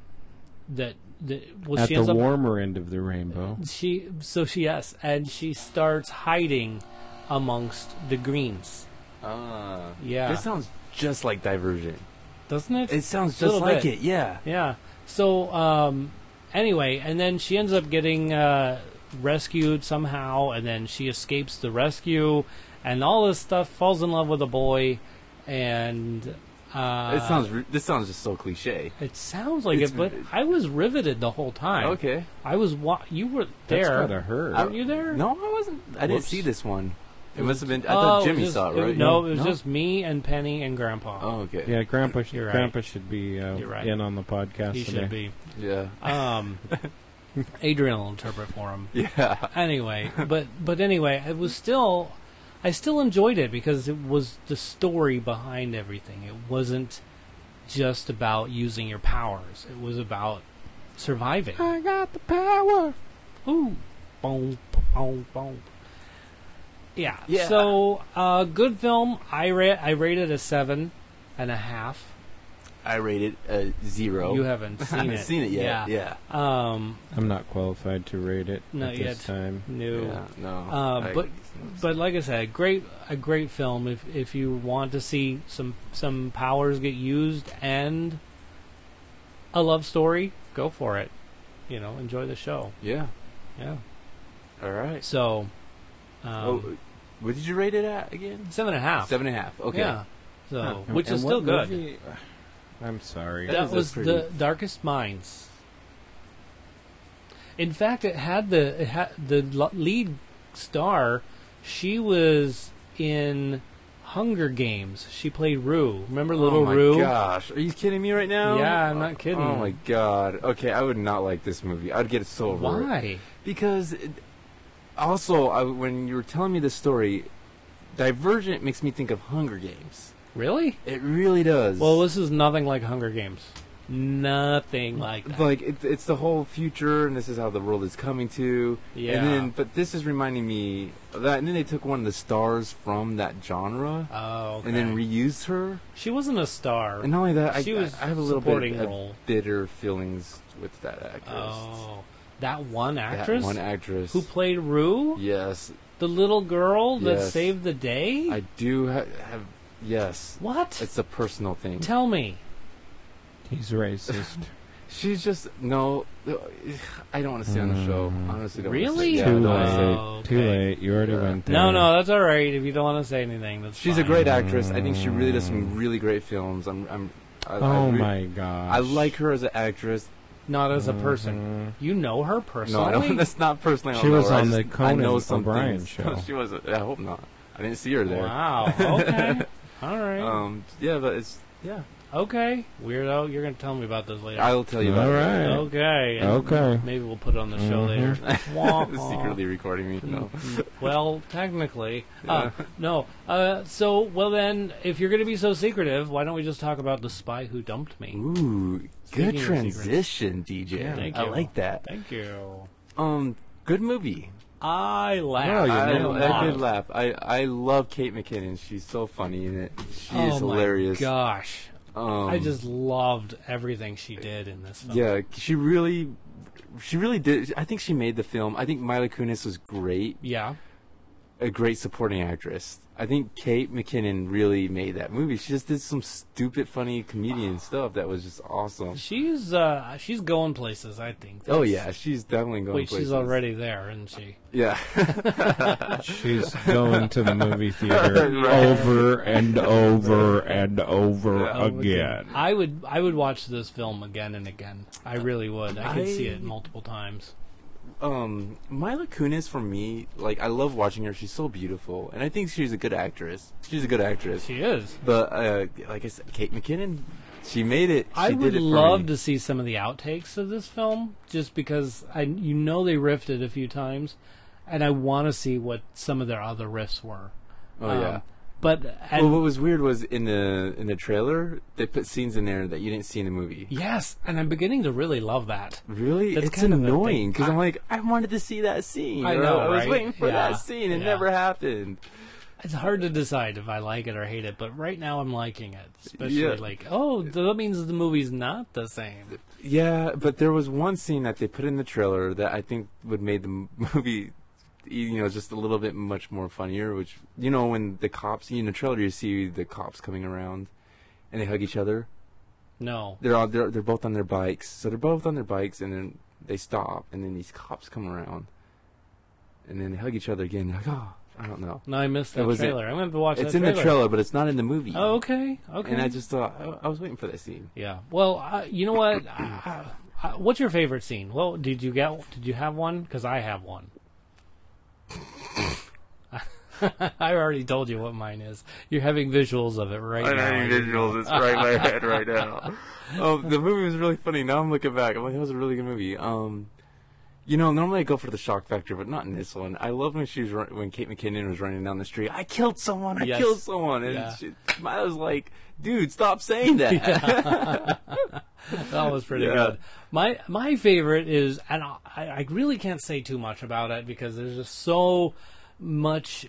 [SPEAKER 2] that that well,
[SPEAKER 4] At
[SPEAKER 2] Oh, she
[SPEAKER 4] the
[SPEAKER 2] ends up
[SPEAKER 4] warmer end of
[SPEAKER 2] <laughs>
[SPEAKER 4] the rainbow.
[SPEAKER 2] she so she yes, and she starts hiding amongst the greens.
[SPEAKER 3] Ah,
[SPEAKER 2] Yeah.
[SPEAKER 3] This sounds just like Divergent.
[SPEAKER 2] Doesn't it?
[SPEAKER 3] It sounds just
[SPEAKER 2] Little
[SPEAKER 3] like
[SPEAKER 2] bit.
[SPEAKER 3] it. Yeah.
[SPEAKER 2] Yeah. So um, anyway, and then she ends up getting uh, rescued somehow, and then she escapes the rescue, and all this stuff falls in love with a boy, and uh,
[SPEAKER 3] it sounds. Re- this sounds just so cliche.
[SPEAKER 2] It sounds like
[SPEAKER 3] it's-
[SPEAKER 2] it, but I was riveted the whole time.
[SPEAKER 3] Okay.
[SPEAKER 2] I was. Wa- you were
[SPEAKER 4] That's
[SPEAKER 2] there.
[SPEAKER 4] gotta hurt.
[SPEAKER 2] Weren't you there?
[SPEAKER 3] No, I wasn't. I didn't
[SPEAKER 2] Whoops.
[SPEAKER 3] see this one. It must have been. I thought
[SPEAKER 2] Oh,
[SPEAKER 3] Jimmy
[SPEAKER 2] just-
[SPEAKER 3] saw it, right?
[SPEAKER 2] No, it was just me and Penny and Grandpa.
[SPEAKER 3] Oh, okay.
[SPEAKER 4] Yeah, Grandpa. Should,
[SPEAKER 2] You're right.
[SPEAKER 4] Grandpa should be uh,
[SPEAKER 2] You're right.
[SPEAKER 4] in on the podcast
[SPEAKER 2] he
[SPEAKER 4] today.
[SPEAKER 2] should be.
[SPEAKER 3] Yeah. <laughs>
[SPEAKER 2] Um, Adrian will interpret for him.
[SPEAKER 3] Yeah.
[SPEAKER 2] Anyway, but but anyway, it was still, I still enjoyed it because it was the story behind everything. It wasn't just about using your powers. It was about surviving.
[SPEAKER 4] I got the power.
[SPEAKER 2] Ooh, boom, boom, boom. Yeah.
[SPEAKER 3] Yeah.
[SPEAKER 2] So, uh, good film. I ra- I rated a seven and a half.
[SPEAKER 3] I rated a zero.
[SPEAKER 2] You haven't
[SPEAKER 3] Oh. <laughs> I
[SPEAKER 2] seen
[SPEAKER 3] haven't
[SPEAKER 2] it.
[SPEAKER 3] seen it yet. Yeah.
[SPEAKER 2] Um,
[SPEAKER 4] I'm not qualified to rate it
[SPEAKER 2] Not
[SPEAKER 4] at this
[SPEAKER 2] yet.
[SPEAKER 4] time.
[SPEAKER 2] no.
[SPEAKER 3] Yeah, no.
[SPEAKER 2] Uh,
[SPEAKER 3] I-
[SPEAKER 2] but but like I said, great a great film. If if you want to see some some powers get used and a love story, go for it. You know, enjoy the show.
[SPEAKER 3] yeah.
[SPEAKER 2] Yeah.
[SPEAKER 3] All right.
[SPEAKER 2] So, um,
[SPEAKER 3] oh, what did you rate it at again?
[SPEAKER 2] seven and a half.
[SPEAKER 3] Seven and a half. Okay.
[SPEAKER 2] Yeah. So
[SPEAKER 4] Huh.
[SPEAKER 2] which
[SPEAKER 4] And
[SPEAKER 2] is
[SPEAKER 4] what
[SPEAKER 2] still good.
[SPEAKER 4] movie- I'm sorry.
[SPEAKER 3] That
[SPEAKER 2] That
[SPEAKER 3] is a
[SPEAKER 2] was
[SPEAKER 3] pretty-
[SPEAKER 2] the Darkest Minds. In fact, it had the it had the lo- lead star. She was in Hunger Games. She played Rue. Remember
[SPEAKER 3] oh
[SPEAKER 2] little
[SPEAKER 3] my
[SPEAKER 2] Rue?
[SPEAKER 3] gosh, are you kidding me right now?
[SPEAKER 2] Yeah, I'm not kidding.
[SPEAKER 3] Oh my god. Okay, I would not like this movie. I'd get so over it.
[SPEAKER 2] Why?
[SPEAKER 3] Because it, also, I, when you were telling me this story, Divergent makes me think of Hunger Games.
[SPEAKER 2] Really?
[SPEAKER 3] It really does.
[SPEAKER 2] Well, this is nothing like Hunger Games. Nothing like that.
[SPEAKER 3] like it, it's the whole future and this is how the world is coming to
[SPEAKER 2] Yeah.
[SPEAKER 3] and then but this is reminding me of that and then they took one of the stars from that genre
[SPEAKER 2] oh, okay.
[SPEAKER 3] and then reused her
[SPEAKER 2] she wasn't a star.
[SPEAKER 3] and not only that I,
[SPEAKER 2] She was
[SPEAKER 3] I have a little
[SPEAKER 2] supporting
[SPEAKER 3] bit
[SPEAKER 2] role.
[SPEAKER 3] of bitter feelings with that actress
[SPEAKER 2] oh, that one
[SPEAKER 3] That
[SPEAKER 2] actress
[SPEAKER 3] one actress
[SPEAKER 2] who played Rue,
[SPEAKER 3] yes
[SPEAKER 2] the little girl that
[SPEAKER 3] Yes.
[SPEAKER 2] saved the day.
[SPEAKER 3] i do ha- have yes
[SPEAKER 2] what?
[SPEAKER 3] it's a personal thing
[SPEAKER 2] Tell me.
[SPEAKER 4] He's racist.
[SPEAKER 3] she's just no i don't want to see on the show honestly don't wanna say-
[SPEAKER 2] Really?
[SPEAKER 3] yeah, I
[SPEAKER 4] Mm. Too
[SPEAKER 3] don't
[SPEAKER 4] late.
[SPEAKER 3] wanna say it.
[SPEAKER 2] Oh,
[SPEAKER 4] Too
[SPEAKER 2] okay.
[SPEAKER 4] late. You already
[SPEAKER 3] Yeah.
[SPEAKER 4] went there.
[SPEAKER 2] No, no, that's all right. If you don't want to say anything, that's
[SPEAKER 3] She's a
[SPEAKER 2] fine.
[SPEAKER 3] great actress. I think she really does some really great films. I'm, I'm, I, I
[SPEAKER 4] Oh
[SPEAKER 3] re-
[SPEAKER 4] my gosh. Mm-hmm.
[SPEAKER 3] I like her as an actress.
[SPEAKER 2] Not as a person. You know her
[SPEAKER 3] Mm-hmm. No,
[SPEAKER 2] personally.
[SPEAKER 3] I don't. That's not personally. I
[SPEAKER 4] She
[SPEAKER 3] don't
[SPEAKER 4] was
[SPEAKER 3] know her.
[SPEAKER 4] on
[SPEAKER 3] I
[SPEAKER 4] the
[SPEAKER 3] just,
[SPEAKER 4] Conan
[SPEAKER 3] I know some <laughs>
[SPEAKER 4] O'Brien
[SPEAKER 3] things.
[SPEAKER 4] show.
[SPEAKER 3] she was. I hope not. I didn't see her there.
[SPEAKER 2] Wow.
[SPEAKER 3] <laughs>
[SPEAKER 2] Okay. all right.
[SPEAKER 3] Um. Yeah, but it's yeah.
[SPEAKER 2] okay. Weirdo. You're gonna tell me about this later.
[SPEAKER 3] I'll tell you about
[SPEAKER 4] All
[SPEAKER 3] it.
[SPEAKER 4] right.
[SPEAKER 2] okay. and
[SPEAKER 4] Okay.
[SPEAKER 2] Maybe we'll put it on the show
[SPEAKER 4] Mhm.
[SPEAKER 2] later.
[SPEAKER 3] <laughs>
[SPEAKER 2] Wah, wah.
[SPEAKER 3] Mm-hmm. Secretly recording me. No.
[SPEAKER 2] Well,
[SPEAKER 3] <laughs>
[SPEAKER 2] technically, uh, no. Uh, so, well then, if you're going to be so secretive, why don't we just talk about the spy who dumped me?
[SPEAKER 3] Ooh,
[SPEAKER 2] Speaking
[SPEAKER 3] good
[SPEAKER 2] of
[SPEAKER 3] transition, DJ.
[SPEAKER 2] Thank
[SPEAKER 3] I
[SPEAKER 2] you.
[SPEAKER 3] like that.
[SPEAKER 2] Thank you.
[SPEAKER 3] Um, good movie.
[SPEAKER 2] I
[SPEAKER 4] No,
[SPEAKER 2] laughed.
[SPEAKER 4] you
[SPEAKER 3] I,
[SPEAKER 2] a
[SPEAKER 4] didn't.
[SPEAKER 3] I
[SPEAKER 2] lot.
[SPEAKER 3] did laugh. I, I love Kate McKinnon. She's so funny in it. She
[SPEAKER 2] oh
[SPEAKER 3] is hilarious.
[SPEAKER 2] My gosh,
[SPEAKER 3] Um,
[SPEAKER 2] I just loved everything she did in this film.
[SPEAKER 3] Yeah, she really, she really did. I think she made the film. I think Mila Kunis was great,
[SPEAKER 2] Yeah.
[SPEAKER 3] a great supporting actress. I think Kate McKinnon really made that movie. She just did some stupid, funny comedian stuff that was just awesome.
[SPEAKER 2] She's uh, she's going places. I think.
[SPEAKER 3] Oh yeah, she's definitely going.
[SPEAKER 2] Wait,
[SPEAKER 3] places.
[SPEAKER 2] she's already there, isn't she?
[SPEAKER 3] Yeah, <laughs>
[SPEAKER 4] She's going to the movie theater
[SPEAKER 3] Right.
[SPEAKER 4] over and over and over
[SPEAKER 3] Yeah.
[SPEAKER 4] again.
[SPEAKER 2] I would I would watch this film again and again. I really would. I could see
[SPEAKER 3] I-
[SPEAKER 2] it multiple times.
[SPEAKER 3] um, Mila Kunis for me, like I love watching her. She's so beautiful, and I think she's a good actress. She's a good actress.
[SPEAKER 2] She is.
[SPEAKER 3] but uh, like I said, Kate McKinnon, she made it. She
[SPEAKER 2] I
[SPEAKER 3] did
[SPEAKER 2] would
[SPEAKER 3] it for
[SPEAKER 2] love
[SPEAKER 3] me.
[SPEAKER 2] to see some of the outtakes of this film, just because I you know they riffed it a few times, and I want to see what some of their other riffs were.
[SPEAKER 3] Oh
[SPEAKER 2] Um,
[SPEAKER 3] yeah.
[SPEAKER 2] but and
[SPEAKER 3] well, what was weird was in the in the trailer they put scenes in there that you didn't see in the movie.
[SPEAKER 2] yes, and I'm beginning to really love that.
[SPEAKER 3] Really,
[SPEAKER 2] That's
[SPEAKER 3] it's
[SPEAKER 2] kind of a
[SPEAKER 3] annoying
[SPEAKER 2] thing.
[SPEAKER 3] because I'm like, I wanted to see that scene.
[SPEAKER 2] I
[SPEAKER 3] or
[SPEAKER 2] know,
[SPEAKER 3] I was
[SPEAKER 2] right?
[SPEAKER 3] waiting for
[SPEAKER 2] Yeah.
[SPEAKER 3] that scene. It
[SPEAKER 2] Yeah.
[SPEAKER 3] never happened.
[SPEAKER 2] It's hard to decide if I like it or hate it, but right now I'm liking it, especially
[SPEAKER 3] Yeah.
[SPEAKER 2] like oh th- that means the movie's not the same.
[SPEAKER 3] Yeah, but there was one scene that they put in the trailer that I think would made the <laughs> m- movie, you know, just a little bit much more funnier. Which you know, when the cops in the trailer, you see the cops coming around, and they hug each other.
[SPEAKER 2] No,
[SPEAKER 3] they're all they're, they're both on their bikes so they're both on their bikes and then they stop and then these cops come around and then they hug each other again they're like oh i don't know
[SPEAKER 2] no, I missed
[SPEAKER 3] That
[SPEAKER 2] that
[SPEAKER 3] was it.
[SPEAKER 2] trailer. I'm going to watch
[SPEAKER 3] it's
[SPEAKER 2] that
[SPEAKER 3] in the trailer but it's not in the movie
[SPEAKER 2] Oh, okay, okay.
[SPEAKER 3] and i just thought I, I was waiting for that scene
[SPEAKER 2] Yeah. Well, uh, you know what? uh, uh, what's your favorite scene? Well, did you get? Did you have one? Because I have one. <laughs> I already told you what mine is. You're having visuals of it right now.
[SPEAKER 3] visuals it's right in my <laughs> head right now oh the movie was really funny now i'm looking back i'm like that was a really good movie um you know, normally I go for the shock factor, but not in this one. I love when she was run- when Kate McKinnon was running down the street. I killed someone. I
[SPEAKER 2] Yes.
[SPEAKER 3] killed someone, and
[SPEAKER 2] Yeah.
[SPEAKER 3] she, I was like, "Dude, stop saying <laughs> that."
[SPEAKER 2] That was pretty
[SPEAKER 3] Yeah.
[SPEAKER 2] good. My my favorite is, and I, I really can't say too much about it because there's just so much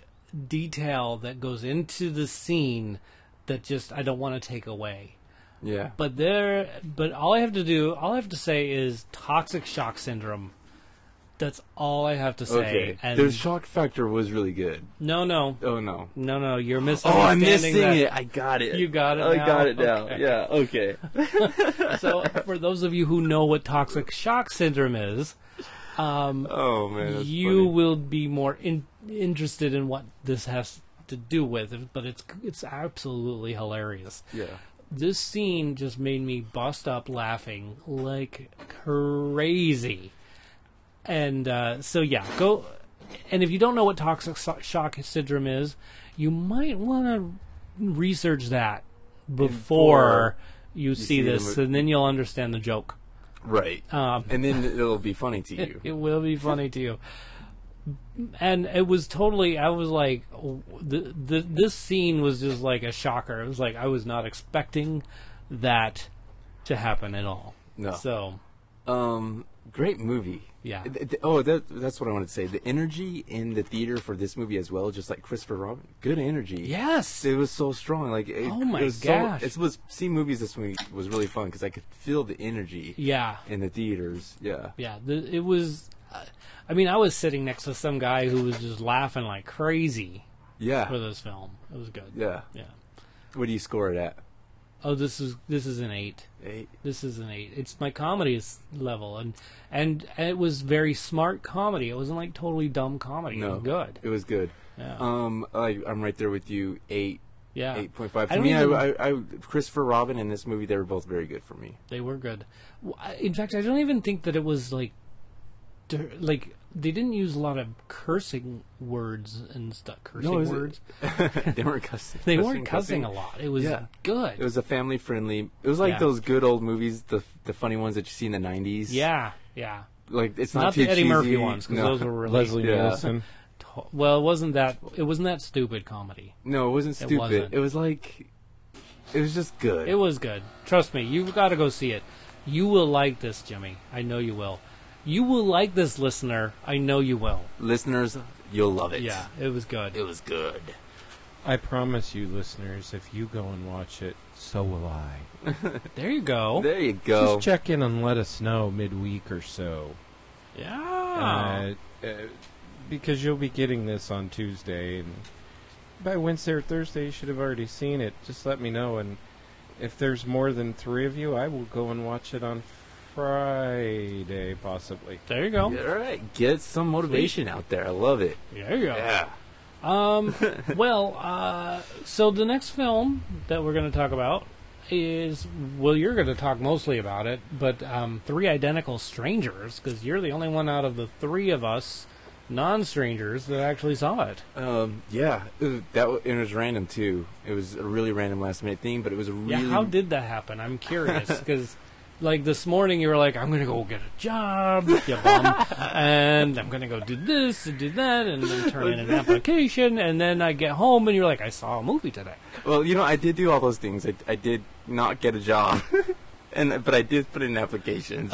[SPEAKER 2] detail that goes into the scene that just I don't want to take away.
[SPEAKER 3] Yeah.
[SPEAKER 2] But there, but all I have to do, all I have to say is toxic shock syndrome. That's all I have to say.
[SPEAKER 3] okay.
[SPEAKER 2] And
[SPEAKER 3] Their shock factor was really good.
[SPEAKER 2] no, no,
[SPEAKER 3] Oh no.
[SPEAKER 2] no, no. You're
[SPEAKER 3] Oh, I'm
[SPEAKER 2] misunderstanding
[SPEAKER 3] missing
[SPEAKER 2] that.
[SPEAKER 3] it. I got it.
[SPEAKER 2] You got it
[SPEAKER 3] I
[SPEAKER 2] now?
[SPEAKER 3] got it now.
[SPEAKER 2] Okay.
[SPEAKER 3] Yeah. Okay.
[SPEAKER 2] So, for those of you who know what toxic shock syndrome is,
[SPEAKER 3] Oh man. that's
[SPEAKER 2] you
[SPEAKER 3] funny.
[SPEAKER 2] will be more in, interested in what this has to do with. But it's it's absolutely hilarious.
[SPEAKER 3] Yeah.
[SPEAKER 2] This scene just made me bust up laughing like crazy. And uh, so, yeah, go. And if you don't know what toxic so- shock syndrome is, you might want to research that before
[SPEAKER 3] Before
[SPEAKER 2] you, see,
[SPEAKER 3] see the
[SPEAKER 2] this,
[SPEAKER 3] mo-
[SPEAKER 2] and then you'll understand the joke.
[SPEAKER 3] Right.
[SPEAKER 2] Um,
[SPEAKER 3] and then it'll be funny to <laughs> you.
[SPEAKER 2] it will be funny to you. And it was totally. I was like, w- the, the, this scene was just like a shocker. It was like I was not expecting that to happen at all.
[SPEAKER 3] No.
[SPEAKER 2] So
[SPEAKER 3] Um, great movie.
[SPEAKER 2] Yeah.
[SPEAKER 3] Th- th- oh, that, that's what I wanted to say. The energy in the theater for this movie as well, just like Christopher Robin, good energy.
[SPEAKER 2] yes,
[SPEAKER 3] It was so strong. Like, it,
[SPEAKER 2] Oh my
[SPEAKER 3] it was so-
[SPEAKER 2] gosh.
[SPEAKER 3] it was seeing movies this week was really fun because I could feel the energy
[SPEAKER 2] yeah,
[SPEAKER 3] in the theaters. Yeah.
[SPEAKER 2] yeah. The, it was. I mean, I was sitting next to some guy who was just laughing like crazy for
[SPEAKER 3] Yeah.
[SPEAKER 2] this film. It was good.
[SPEAKER 3] Yeah.
[SPEAKER 2] Yeah.
[SPEAKER 3] What do you score it at?
[SPEAKER 2] Oh, this is this is an eight.
[SPEAKER 3] Eight.
[SPEAKER 2] This is an eight. It's my comedy s- level, and and it was very smart comedy. It wasn't like totally dumb comedy. It
[SPEAKER 3] No.
[SPEAKER 2] was good.
[SPEAKER 3] It was good.
[SPEAKER 2] Yeah.
[SPEAKER 3] Um, I, I'm right there with you. Eight.
[SPEAKER 2] yeah.
[SPEAKER 3] 8.5.
[SPEAKER 2] I
[SPEAKER 3] For
[SPEAKER 2] don't
[SPEAKER 3] me, I,
[SPEAKER 2] even-
[SPEAKER 3] I, I, Christopher Robin and this movie, they were both very good for me.
[SPEAKER 2] They were good. W- I- In fact, I don't even think that it was like, dir- like they didn't use a lot of cursing words and stuff. Cursing
[SPEAKER 3] is it-
[SPEAKER 2] words.
[SPEAKER 3] <laughs> they weren't cussing.
[SPEAKER 2] They weren't cussing a lot. It was
[SPEAKER 3] Yeah.
[SPEAKER 2] good.
[SPEAKER 3] It was a family friendly. It was like
[SPEAKER 2] Yeah.
[SPEAKER 3] those good old movies, the the funny ones that you see in the nineties.
[SPEAKER 2] yeah, yeah.
[SPEAKER 3] like it's not,
[SPEAKER 2] Not,
[SPEAKER 3] too
[SPEAKER 2] the Eddie
[SPEAKER 3] cheesy.
[SPEAKER 2] Murphy ones because
[SPEAKER 3] no.
[SPEAKER 2] those were really
[SPEAKER 4] Leslie
[SPEAKER 3] Yeah.
[SPEAKER 4] Nielsen.
[SPEAKER 2] to- well. It wasn't that. It wasn't that stupid comedy.
[SPEAKER 3] no, it wasn't stupid. It,
[SPEAKER 2] wasn't.
[SPEAKER 3] was like it was just good.
[SPEAKER 2] It was good. Trust me, you've got to go see it. You will like this, Jimmy. I know you will. You will like this, listener. I know you will.
[SPEAKER 3] Listeners, you'll love it.
[SPEAKER 2] Yeah, it was good.
[SPEAKER 3] it was good.
[SPEAKER 4] I promise you, listeners, if you go and watch it, so will I.
[SPEAKER 2] There you go.
[SPEAKER 3] There you go.
[SPEAKER 4] Just check in and let us know midweek or so.
[SPEAKER 2] yeah.
[SPEAKER 4] Uh, uh, because you'll be getting this on Tuesday, and by Wednesday or Thursday, you should have already seen it. Just let me know, and if there's more than three of you, I will go and watch it on Friday, possibly.
[SPEAKER 2] there you go.
[SPEAKER 3] All right, get some motivation out there. I love it.
[SPEAKER 2] There you go.
[SPEAKER 3] Yeah. <laughs>
[SPEAKER 2] Um, well, uh, so the next film that we're going to talk about is well, you're going to talk mostly about it, but um, Three Identical Strangers, because you're the only one out of the three of us non-strangers that actually saw it.
[SPEAKER 3] Um, yeah, It- that w- it was random too. It was a really random last minute thing, but it was a really
[SPEAKER 2] Yeah, how did that happen? I'm curious
[SPEAKER 3] <laughs>
[SPEAKER 2] because. Like this morning, you were like, "I'm gonna go get a job, you bum,"
[SPEAKER 3] <laughs>
[SPEAKER 2] and I'm gonna go do this and do that, and then turn
[SPEAKER 3] <laughs>
[SPEAKER 2] in an application, and then I get home, and you're like, "I saw a movie today."
[SPEAKER 3] Well, you know, I did do all those things. I, I did not get a
[SPEAKER 2] <laughs>
[SPEAKER 3] job, and but I did put in applications.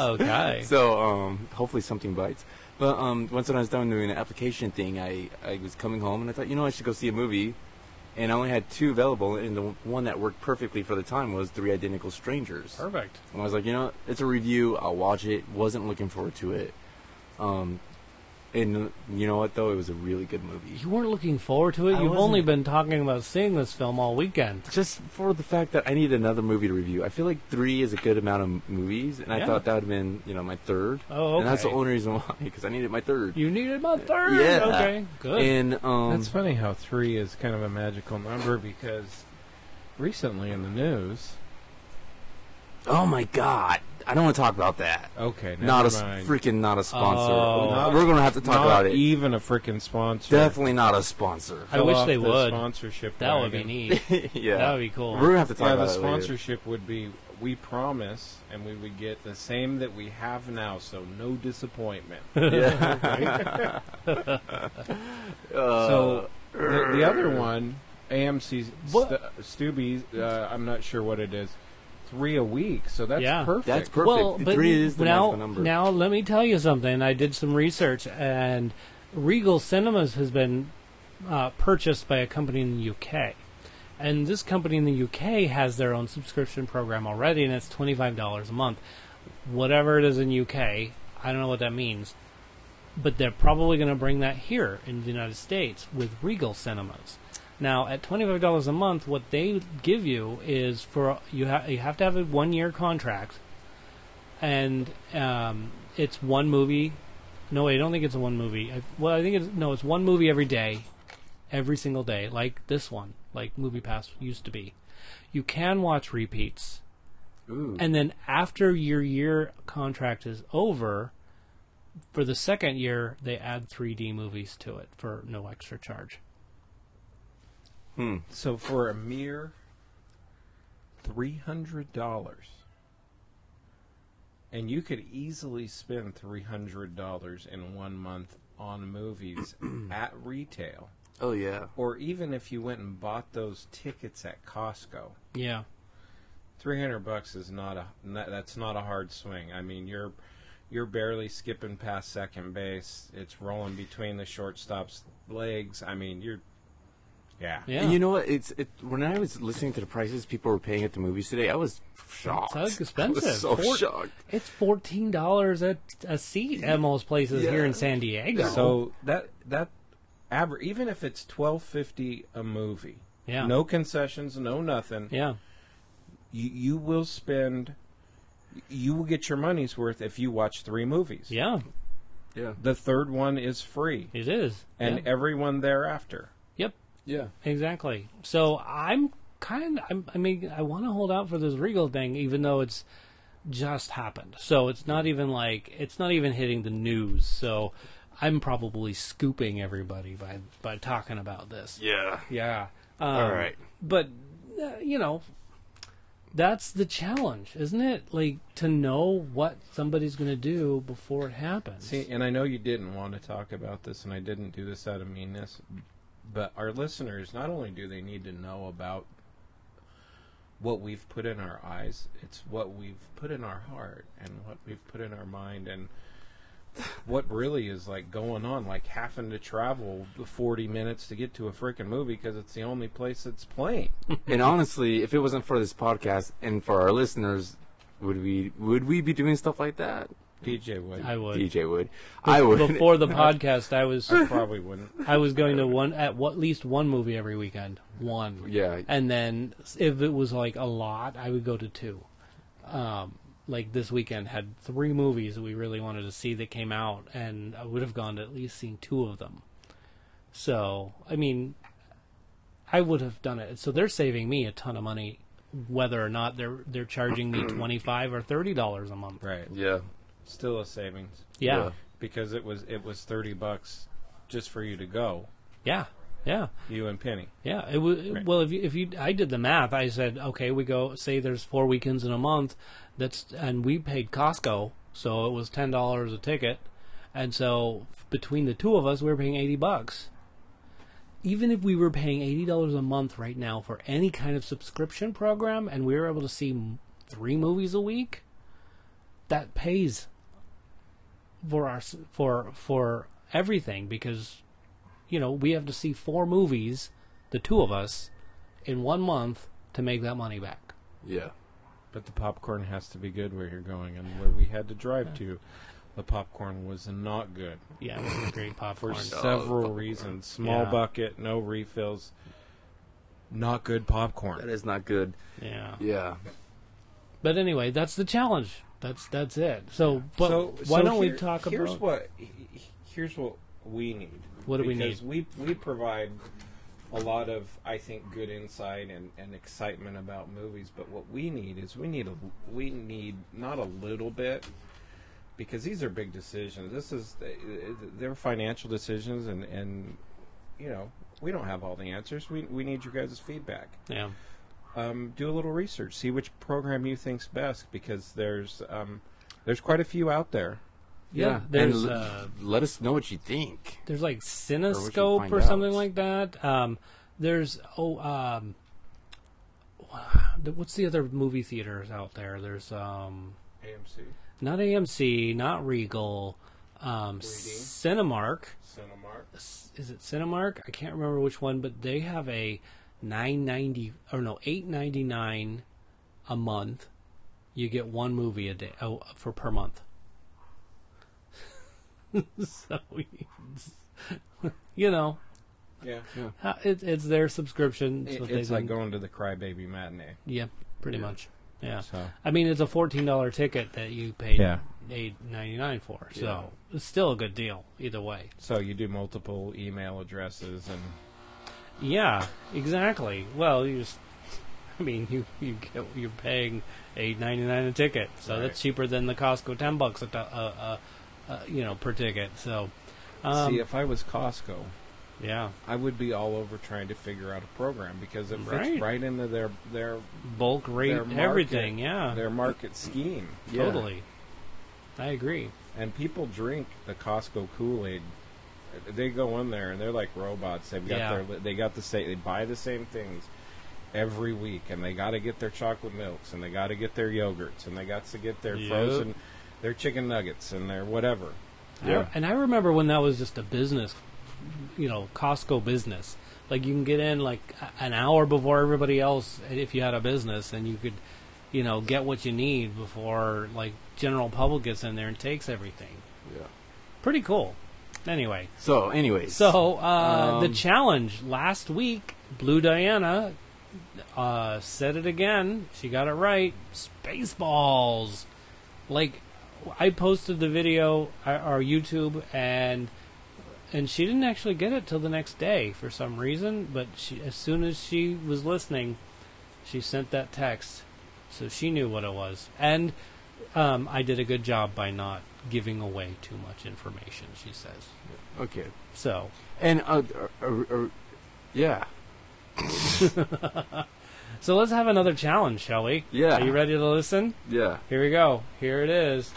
[SPEAKER 2] <laughs> Okay.
[SPEAKER 3] So um, hopefully something bites. But um, once when I was done doing the application thing, I, I was coming home and I thought, you know, I should go see a movie, and I only had two available, and the one that worked perfectly for the time was Three Identical Strangers.
[SPEAKER 2] Perfect.
[SPEAKER 3] And I was like, you know, it's a review. I'll watch it. Wasn't looking forward to it. Um, and you know what though, it was a really good movie.
[SPEAKER 2] You weren't looking forward to it.
[SPEAKER 3] I
[SPEAKER 2] You've only
[SPEAKER 3] wasn't.
[SPEAKER 2] been talking about seeing this film all weekend.
[SPEAKER 3] just for the fact that I need another movie to review. I feel like three is a good amount of m- movies, and I
[SPEAKER 2] Yeah.
[SPEAKER 3] thought that would have been, you know, my third.
[SPEAKER 2] Oh,
[SPEAKER 3] And that's the
[SPEAKER 2] okay.
[SPEAKER 3] only reason why, because I needed my third.
[SPEAKER 2] You needed my third.
[SPEAKER 3] Yeah.
[SPEAKER 2] Okay. Good.
[SPEAKER 3] And um,
[SPEAKER 4] That's funny how three is kind of a magical number because recently in the news.
[SPEAKER 3] oh my god, I don't want to talk about that.
[SPEAKER 4] Okay, never
[SPEAKER 3] not a s-
[SPEAKER 4] mind.
[SPEAKER 3] freaking not a sponsor.
[SPEAKER 2] Oh.
[SPEAKER 3] Not- We're gonna have to talk
[SPEAKER 4] Not
[SPEAKER 3] about it.
[SPEAKER 4] even a freaking sponsor.
[SPEAKER 3] Definitely not a sponsor.
[SPEAKER 2] I
[SPEAKER 4] Fell
[SPEAKER 2] wish
[SPEAKER 4] off
[SPEAKER 2] they
[SPEAKER 4] the
[SPEAKER 2] would.
[SPEAKER 4] Sponsorship.
[SPEAKER 2] that would be
[SPEAKER 4] wagon.
[SPEAKER 2] neat.
[SPEAKER 3] <laughs> yeah,
[SPEAKER 2] That would be cool.
[SPEAKER 3] We're gonna have to talk
[SPEAKER 4] Yeah,
[SPEAKER 3] about
[SPEAKER 4] the
[SPEAKER 3] it later.
[SPEAKER 4] sponsorship would be we promise, and we would get the same that we have now, so no
[SPEAKER 3] <laughs>
[SPEAKER 4] disappointment.
[SPEAKER 3] uh,
[SPEAKER 4] so the, the other one, AMC
[SPEAKER 2] What?
[SPEAKER 4] Stu- Stubies, uh, I'm not sure what it is, three a week, so that's
[SPEAKER 2] Yeah.
[SPEAKER 4] perfect.
[SPEAKER 3] That's perfect.
[SPEAKER 2] Well, but
[SPEAKER 3] three is the
[SPEAKER 2] now,
[SPEAKER 3] magical number.
[SPEAKER 2] now let me tell you something. I did some research, and Regal Cinemas has been uh, purchased by a company in the UK, and this company in the UK has their own subscription program already, and it's twenty five dollars a month, whatever it is in UK. I don't know what that means, but they're probably going to bring that here in the United States with Regal Cinemas. Now, at twenty-five dollars a month, what they give you is for you, ha- you have to have a one-year contract, and um, it's one movie. No, wait, I don't think it's a one movie. I, well, I think it's no, it's one movie every day, every single day, like this one, like Movie Pass used to be. You can watch repeats,
[SPEAKER 3] Ooh.
[SPEAKER 2] and then after your year contract is over, for the second year they add 3D movies to it for no extra charge.
[SPEAKER 4] so for a mere three hundred dollars. And you could easily spend three hundred dollars in one month on
[SPEAKER 3] <clears throat>
[SPEAKER 4] movies at retail.
[SPEAKER 3] oh yeah,
[SPEAKER 4] or even if you went and bought those tickets at Costco,
[SPEAKER 2] Yeah,
[SPEAKER 4] three hundred bucks is not a not, that's not a hard swing. I mean, you're you're barely skipping past second base. It's rolling between the shortstop's legs. I mean, you're yeah.
[SPEAKER 2] Yeah.
[SPEAKER 3] And you know what? It's it, when I was listening to the prices people were paying at the movies today, I was shocked.
[SPEAKER 2] So expensive.
[SPEAKER 3] I was so
[SPEAKER 2] Four-
[SPEAKER 3] shocked.
[SPEAKER 2] It's fourteen dollars a a seat at most places here in San Diego.
[SPEAKER 4] So that that average, even if it's twelve fifty a movie,
[SPEAKER 2] Yeah.
[SPEAKER 4] no concessions, no nothing,
[SPEAKER 2] yeah,
[SPEAKER 4] you, you will spend, you will get your money's worth if you watch three movies.
[SPEAKER 2] yeah,
[SPEAKER 3] Yeah.
[SPEAKER 4] The third one is free,
[SPEAKER 2] it is.
[SPEAKER 4] and
[SPEAKER 2] Yeah.
[SPEAKER 4] everyone thereafter.
[SPEAKER 2] yep,
[SPEAKER 3] Yeah.
[SPEAKER 2] exactly. So I'm kind. I'm, I mean, I want to hold out for this Regal thing, even though it's just happened. So it's not even like it's not even hitting the news. So I'm probably scooping everybody by by talking about this.
[SPEAKER 3] Yeah.
[SPEAKER 2] Yeah. Um,
[SPEAKER 3] All right.
[SPEAKER 2] But uh, you know, that's the challenge, isn't it? Like to know what somebody's going to do before it happens.
[SPEAKER 4] See, and I know you didn't want to talk about this, and I didn't do this out of meanness, but our listeners, not only do they need to know about what we've put in our eyes, it's what we've put in our heart and what we've put in our mind and what really is like going on, like having to travel 40 minutes to get to a freaking movie because it's the only place
[SPEAKER 2] <laughs>
[SPEAKER 4] it's playing.
[SPEAKER 3] and honestly, if it wasn't for this podcast and for our listeners, would we would we be doing stuff like that?
[SPEAKER 4] DJ would.
[SPEAKER 2] I would.
[SPEAKER 3] DJ would. I would. <laughs>
[SPEAKER 2] Before the podcast, I was
[SPEAKER 4] probably wouldn't.
[SPEAKER 2] I was going to one at what, least one movie every weekend. One.
[SPEAKER 3] Yeah.
[SPEAKER 2] And then s- if it was like a lot, I would go to two. Um, like this weekend had three movies that we really wanted to see that came out, and I would have gone to at least seen two of them. So I mean, I would have done it. So they're saving me a ton of money, whether or not they're they're charging me twenty five or thirty dollars a month.
[SPEAKER 4] Right.
[SPEAKER 3] Yeah.
[SPEAKER 4] Still a savings
[SPEAKER 2] Yeah.
[SPEAKER 4] because it was it was 30 bucks just for you to go.
[SPEAKER 2] Yeah. Yeah.
[SPEAKER 4] You and Penny.
[SPEAKER 2] Yeah, it was well. If you, if you, I did the math. I said, okay, we go. Say there's four weekends in a month. That's and we paid Costco, so it was ten dollars a ticket, and so f- between the two of us, we were paying eighty bucks. Even if we were paying eighty dollars a month right now for any kind of subscription program, and we were able to see m- three movies a week, that pays for our s- for for everything because you know, we have to see four movies, the two of us, in one month to make that money back.
[SPEAKER 3] Yeah.
[SPEAKER 4] But the popcorn has to be good where you're going, and where we had to drive to, the popcorn was not good
[SPEAKER 2] Yeah, it was a great
[SPEAKER 4] for
[SPEAKER 2] popcorn.
[SPEAKER 4] several reasons. Small
[SPEAKER 2] Yeah.
[SPEAKER 4] bucket, no refills, not good
[SPEAKER 3] That
[SPEAKER 4] popcorn.
[SPEAKER 3] is not good.
[SPEAKER 2] Yeah.
[SPEAKER 3] Yeah.
[SPEAKER 2] But anyway, that's the challenge. That's that's it. So, but
[SPEAKER 4] so
[SPEAKER 2] why
[SPEAKER 4] so
[SPEAKER 2] don't
[SPEAKER 4] here-
[SPEAKER 2] we talk
[SPEAKER 4] here's
[SPEAKER 2] about
[SPEAKER 4] what he- he- here's what we need.
[SPEAKER 2] What do we
[SPEAKER 4] because need? We we provide a lot of I think good insight and, and excitement about movies, but what we need is we need a we need not a little bit because these are big decisions. This is they're financial decisions and and you know we don't have all the answers. We we need your guys' feedback
[SPEAKER 2] yeah,
[SPEAKER 4] um, do a little research, see which program you think's best, because there's um, there's quite a few out there.
[SPEAKER 2] Yeah, there's,
[SPEAKER 3] There's, and l-
[SPEAKER 2] uh,
[SPEAKER 3] let us know what you think.
[SPEAKER 2] there's like
[SPEAKER 3] Or we
[SPEAKER 2] Cinescope
[SPEAKER 3] should
[SPEAKER 2] or,
[SPEAKER 3] find
[SPEAKER 2] something
[SPEAKER 3] out.
[SPEAKER 2] like that. Um, there's oh, um, what's the other movie theaters out there? There's um,
[SPEAKER 4] AMC,
[SPEAKER 2] not AMC, not Regal, um,
[SPEAKER 4] 3D.
[SPEAKER 2] Cinemark.
[SPEAKER 4] Cinemark.
[SPEAKER 2] is it Cinemark? I can't remember which one, but they have a nine ninety or no eight ninety nine a month. You get one movie a day oh, for per month. <laughs> so you- you know
[SPEAKER 4] Yeah,
[SPEAKER 2] uh, it, it's their subscription. It's,
[SPEAKER 4] It-
[SPEAKER 2] what
[SPEAKER 4] it's
[SPEAKER 2] they've
[SPEAKER 4] like
[SPEAKER 2] been-
[SPEAKER 4] going to the Crybaby matinee.
[SPEAKER 2] yeah, pretty much. Yeah,
[SPEAKER 4] So.
[SPEAKER 2] I mean it's a fourteen dollar ticket that you paid
[SPEAKER 4] Yeah.
[SPEAKER 2] eight ninety nine for, so it's still a good deal either way.
[SPEAKER 4] So you do multiple email addresses, and
[SPEAKER 2] Yeah, exactly. Well, you just, I mean, you you get you're paying eight ninety nine a ticket, so
[SPEAKER 4] Right.
[SPEAKER 2] that's cheaper than the Costco ten bucks a, t- a, a, a you know per ticket. So, um,
[SPEAKER 4] see if I was Costco,
[SPEAKER 2] yeah,
[SPEAKER 4] I would be all over trying to figure out a program because it fits
[SPEAKER 2] Right.
[SPEAKER 4] right, into their their
[SPEAKER 2] bulk rate
[SPEAKER 4] their market,
[SPEAKER 2] everything. Yeah,
[SPEAKER 4] their market scheme,
[SPEAKER 3] Yeah.
[SPEAKER 2] totally. I agree.
[SPEAKER 4] and people drink the Costco Kool Aid. They go in there and they're like robots. They've got
[SPEAKER 2] Yeah.
[SPEAKER 4] their they got the same they buy the same things. every week, and they got to get their chocolate milks, and they got to get their yogurts, and they got to get their
[SPEAKER 2] Yep.
[SPEAKER 4] frozen, their chicken nuggets, and their whatever.
[SPEAKER 3] Yeah.
[SPEAKER 2] And I remember when that was just a business, you know, Costco business. Like you can get in like a- an hour before everybody else if you had a business, and you could, you know, get what you need before like general public gets in there and takes everything.
[SPEAKER 3] Yeah.
[SPEAKER 2] Pretty cool. Anyway,
[SPEAKER 3] So, anyways.
[SPEAKER 2] so uh, the
[SPEAKER 3] Um,
[SPEAKER 2] challenge last week, Blue Diana uh, said it again. She got it right. Spaceballs. Like I posted the video uh, or YouTube, and and she didn't actually get it till the next day for some reason. But she, as soon as she was listening, she sent that text, so she knew what it was. And um, I did a good job by not giving away too much information. She says.
[SPEAKER 3] Okay.
[SPEAKER 2] So
[SPEAKER 3] And, uh, uh, uh, uh, yeah.
[SPEAKER 2] So let's have another challenge, shall we?
[SPEAKER 3] Yeah.
[SPEAKER 2] Are you ready to listen?
[SPEAKER 3] Yeah.
[SPEAKER 2] Here we go. Here it is.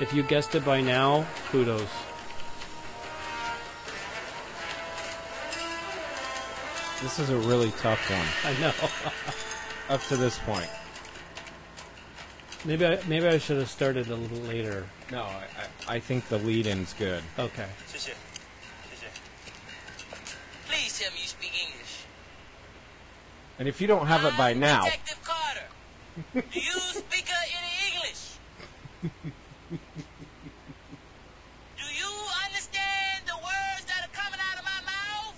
[SPEAKER 2] If you guessed it by now, kudos.
[SPEAKER 4] This is a really tough one
[SPEAKER 2] I know. <laughs>
[SPEAKER 4] up to this point.
[SPEAKER 2] Maybe I, maybe I should have started a little later.
[SPEAKER 4] No, I, I, I think the lead-in's good.
[SPEAKER 2] Okay.
[SPEAKER 6] Please tell me you speak English.
[SPEAKER 4] And if you don't have it by
[SPEAKER 6] I'm
[SPEAKER 4] now,
[SPEAKER 6] Detective Carter. Do you speak uh, any English? Do you understand the words that are coming out of my mouth?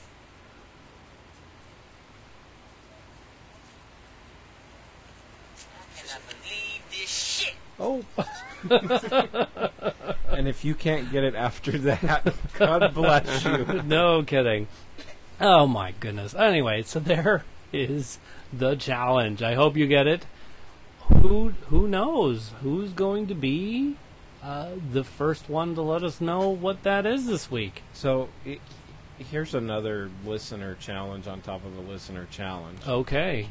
[SPEAKER 6] I cannot believe this shit.
[SPEAKER 4] oh. and if you can't get it after <laughs> that, God bless you.
[SPEAKER 2] <laughs> no kidding. Oh my goodness. Anyway, so there is the challenge. I hope you get it. Who who knows who's going to be uh, the first one to let us know what that is this week?
[SPEAKER 4] So i here's another listener challenge on top of a listener challenge.
[SPEAKER 2] Oh. Okay.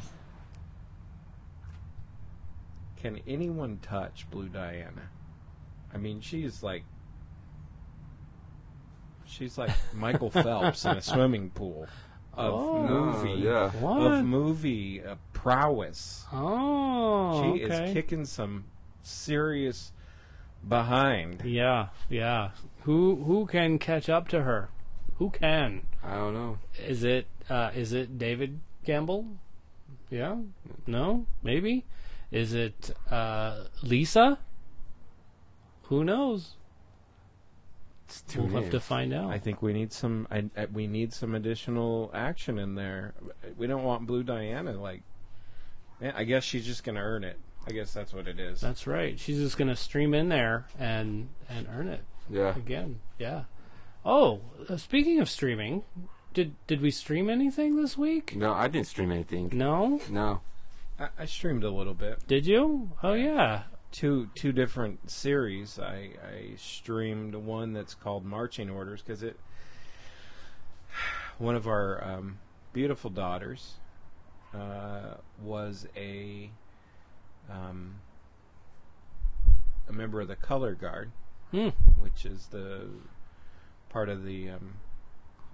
[SPEAKER 4] Can anyone touch Blue Diana? I mean, she's like. She's like
[SPEAKER 2] <laughs>
[SPEAKER 4] Michael Phelps in a swimming pool of
[SPEAKER 2] Oh.
[SPEAKER 3] Oh,
[SPEAKER 4] movie
[SPEAKER 3] yeah.
[SPEAKER 4] of
[SPEAKER 2] What?
[SPEAKER 4] movie uh, prowess.
[SPEAKER 2] Oh.
[SPEAKER 4] she
[SPEAKER 2] okay.
[SPEAKER 4] is kicking some serious behind.
[SPEAKER 2] Yeah, yeah. Who who can catch up to her? Who can?
[SPEAKER 3] I don't know.
[SPEAKER 2] Is it uh, is it David Gamble? Yeah. No. Maybe. Is it uh, Lisa? Who knows?
[SPEAKER 3] It's too
[SPEAKER 2] We'll have to find out.
[SPEAKER 4] I think we need some. I, I- we need some additional action in there. We don't want Blue Diana. Like, yeah, I guess she's just gonna earn it. I guess that's what it is.
[SPEAKER 2] That's right. She's just gonna stream in there and and earn it
[SPEAKER 3] Yeah.
[SPEAKER 2] again. Yeah. Oh, uh, speaking of streaming, did did we stream anything this week?
[SPEAKER 3] No, I didn't stream anything.
[SPEAKER 2] No.
[SPEAKER 3] No.
[SPEAKER 4] I, I streamed a little bit.
[SPEAKER 2] Did you? Oh yeah.
[SPEAKER 4] Two two different series. I I streamed one that's called Marching Orders because it. One of our um, beautiful daughters uh, was a um, a member of the color guard.
[SPEAKER 2] Hmm.
[SPEAKER 4] which is the part of the um,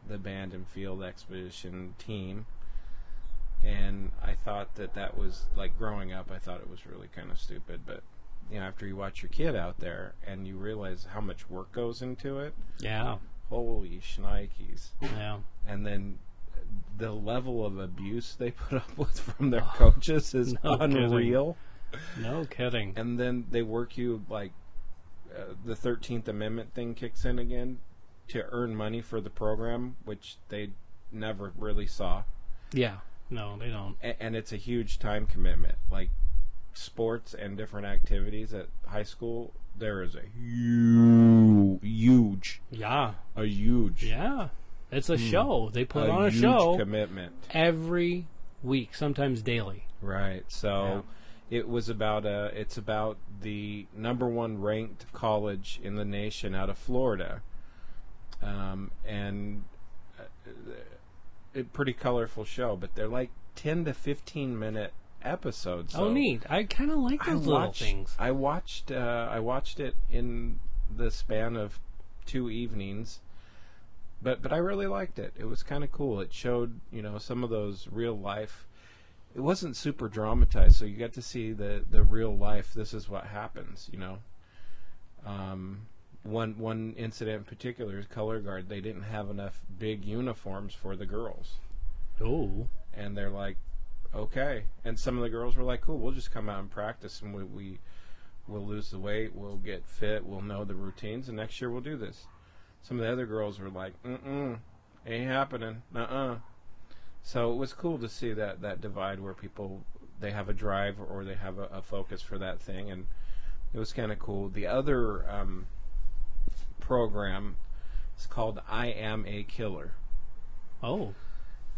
[SPEAKER 4] the band and field expedition team. And I thought that that was like growing up. I thought it was really kind of stupid, but you know, after you watch your kid out there and you realize how much work goes into it,
[SPEAKER 2] Yeah.
[SPEAKER 4] holy shnikes!
[SPEAKER 2] Yeah.
[SPEAKER 4] And then the level of abuse they <laughs> put up with from their coaches is
[SPEAKER 2] No kidding.
[SPEAKER 4] unreal
[SPEAKER 2] No kidding.
[SPEAKER 4] and then they work you like uh, the Thirteenth Amendment thing kicks in again to earn money for the program, which they never really saw,
[SPEAKER 2] Yeah. No, they don't.
[SPEAKER 4] A- and it's a huge time commitment. Like sports and different activities at high school, there is a huge, huge,
[SPEAKER 2] Yeah.
[SPEAKER 4] a huge,
[SPEAKER 2] Yeah. It's a show. They put
[SPEAKER 4] Hmm. a
[SPEAKER 2] on a
[SPEAKER 4] huge
[SPEAKER 2] show
[SPEAKER 4] commitment.
[SPEAKER 2] every week, sometimes daily.
[SPEAKER 4] Right. So it was about uh it's about the number one ranked college in the nation out of Florida. Um and uh, a pretty colorful show, but they're like 10 to 15 minute episode. So
[SPEAKER 2] oh, neat. I kind of like
[SPEAKER 4] I
[SPEAKER 2] those little
[SPEAKER 4] watched,
[SPEAKER 2] things.
[SPEAKER 4] I watched. Uh, I watched it in the span of two evenings, but but I really liked it. It was kind of cool. It showed you know some of those real life. It wasn't super dramatized, so you got to see the the real life. This is what happens. You know, um, one one incident in particular is color guard. They didn't have enough big uniforms for the girls
[SPEAKER 2] Oh,
[SPEAKER 4] and they're like, okay. And some of the girls were like, cool, we'll just come out and practice, and we, we we'll lose the weight, we'll get fit, we'll know the routines, and next year we'll do this. Some of the other girls were like, mm-mm, ain't happening, uh-uh. So it was cool to see that that divide where people they have a drive or they have a, a focus for that thing, and it was kind of cool. The other um, program is called I Am a Killer
[SPEAKER 2] oh,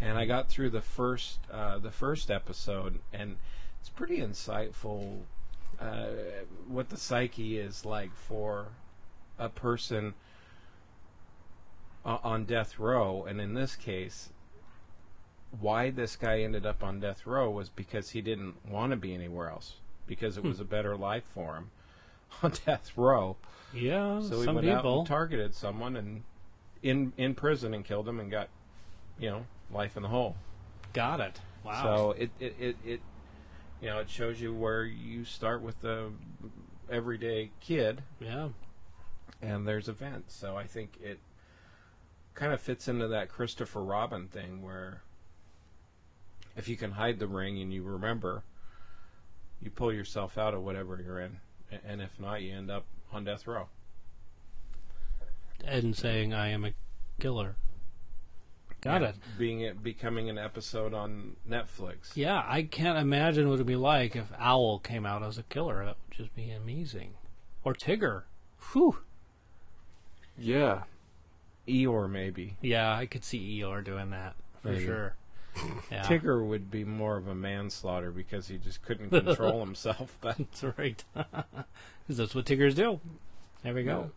[SPEAKER 4] and I got through the first uh, the first episode, and it's pretty insightful uh, what the psyche is like for a person o- on death row, and in this case, why this guy ended up on death row was because he didn't want to be anywhere else because
[SPEAKER 2] Hmm.
[SPEAKER 4] it was a better life for him <laughs> on death row.
[SPEAKER 2] yeah.
[SPEAKER 4] So we
[SPEAKER 2] some
[SPEAKER 4] went out
[SPEAKER 2] people.
[SPEAKER 4] and targeted someone and in in prison and killed him and got you know life in the hole.
[SPEAKER 2] Got it. Wow.
[SPEAKER 4] So it, it, it, it you know it shows you where you start with the everyday kid
[SPEAKER 2] yeah.
[SPEAKER 4] and there's events. So I think it kind of fits into that Christopher Robin thing where if you can hide the ring and you remember, you pull yourself out of whatever you're in, A- and if not, you end up on death row.
[SPEAKER 2] And saying I am a killer. Got
[SPEAKER 4] Yeah,
[SPEAKER 2] it.
[SPEAKER 4] Being it becoming an episode on Netflix.
[SPEAKER 2] Yeah, I can't imagine what it'd be like if Owl came out as a killer. That would just be amazing. Or Tigger. Whew.
[SPEAKER 3] Yeah.
[SPEAKER 4] Eeyore maybe.
[SPEAKER 2] Yeah, I could see Eeyore doing that for
[SPEAKER 4] Maybe.
[SPEAKER 2] sure. Yeah,
[SPEAKER 4] Tigger would be more of a manslaughter because he just couldn't control
[SPEAKER 2] <laughs>
[SPEAKER 4] himself. But
[SPEAKER 2] that's right. <laughs> 'Cause that's what Tiggers do. There we go.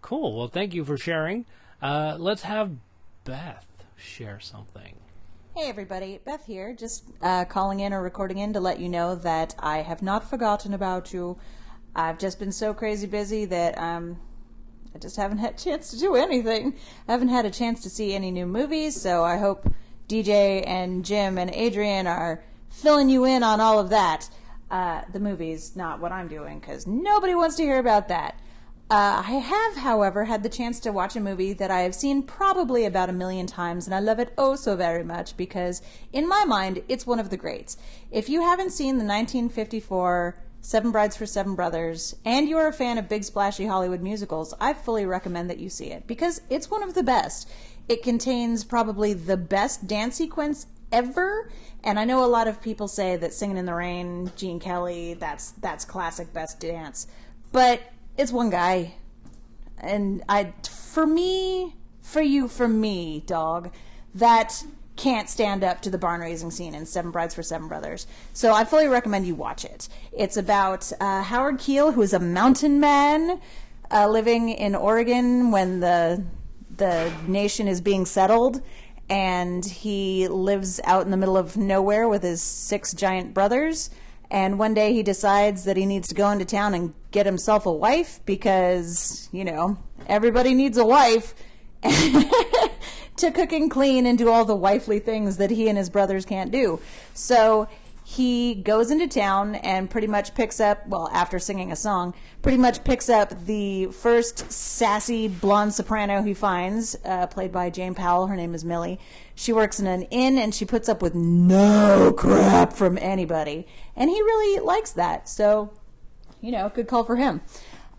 [SPEAKER 2] Cool. Well, thank you for sharing. Uh, let's have Beth share something.
[SPEAKER 7] Hey everybody, Beth here, just uh, calling in or recording in to let you know that I have not forgotten about you. I've just been so crazy busy that um, I just haven't had a chance to do anything. I haven't had a chance to see any new movies, so I hope DJ and Jim and Adrian are filling you in on all of that. Uh, the movies, not what I'm doing, because nobody wants to hear about that. Uh, I have, however, had the chance to watch a movie that I have seen probably about a million times, and I love it oh so very much because, in my mind, it's one of the greats. If you haven't seen the 1954 Seven Brides for Seven Brothers, and you're a fan of big splashy Hollywood musicals, I fully recommend that you see it because it's one of the best. It contains probably the best dance sequence ever. And I know a lot of people say that Singing in the Rain, Gene Kelly, that's that's classic best dance. But it's one guy. And I for me, for you, for me, dog, that can't stand up to the barn raising scene in Seven Brides for Seven Brothers. So I fully recommend you watch it. It's about uh, Howard Keel, who is a mountain man uh, living in Oregon when the the nation is being settled, and he lives out in the middle of nowhere with his six giant brothers. And one day he decides that he needs to go into town and get himself a wife because, you know, everybody needs a wife <laughs> to cook and clean and do all the wifely things that he and his brothers can't do. So he goes into town and pretty much picks up, well, after singing a song, pretty much picks up the first sassy blonde soprano he finds, uh, played by Jane Powell. Her name is Millie. She works in an inn and she puts up with no crap from anybody. And he really likes that. So you know, good call for him.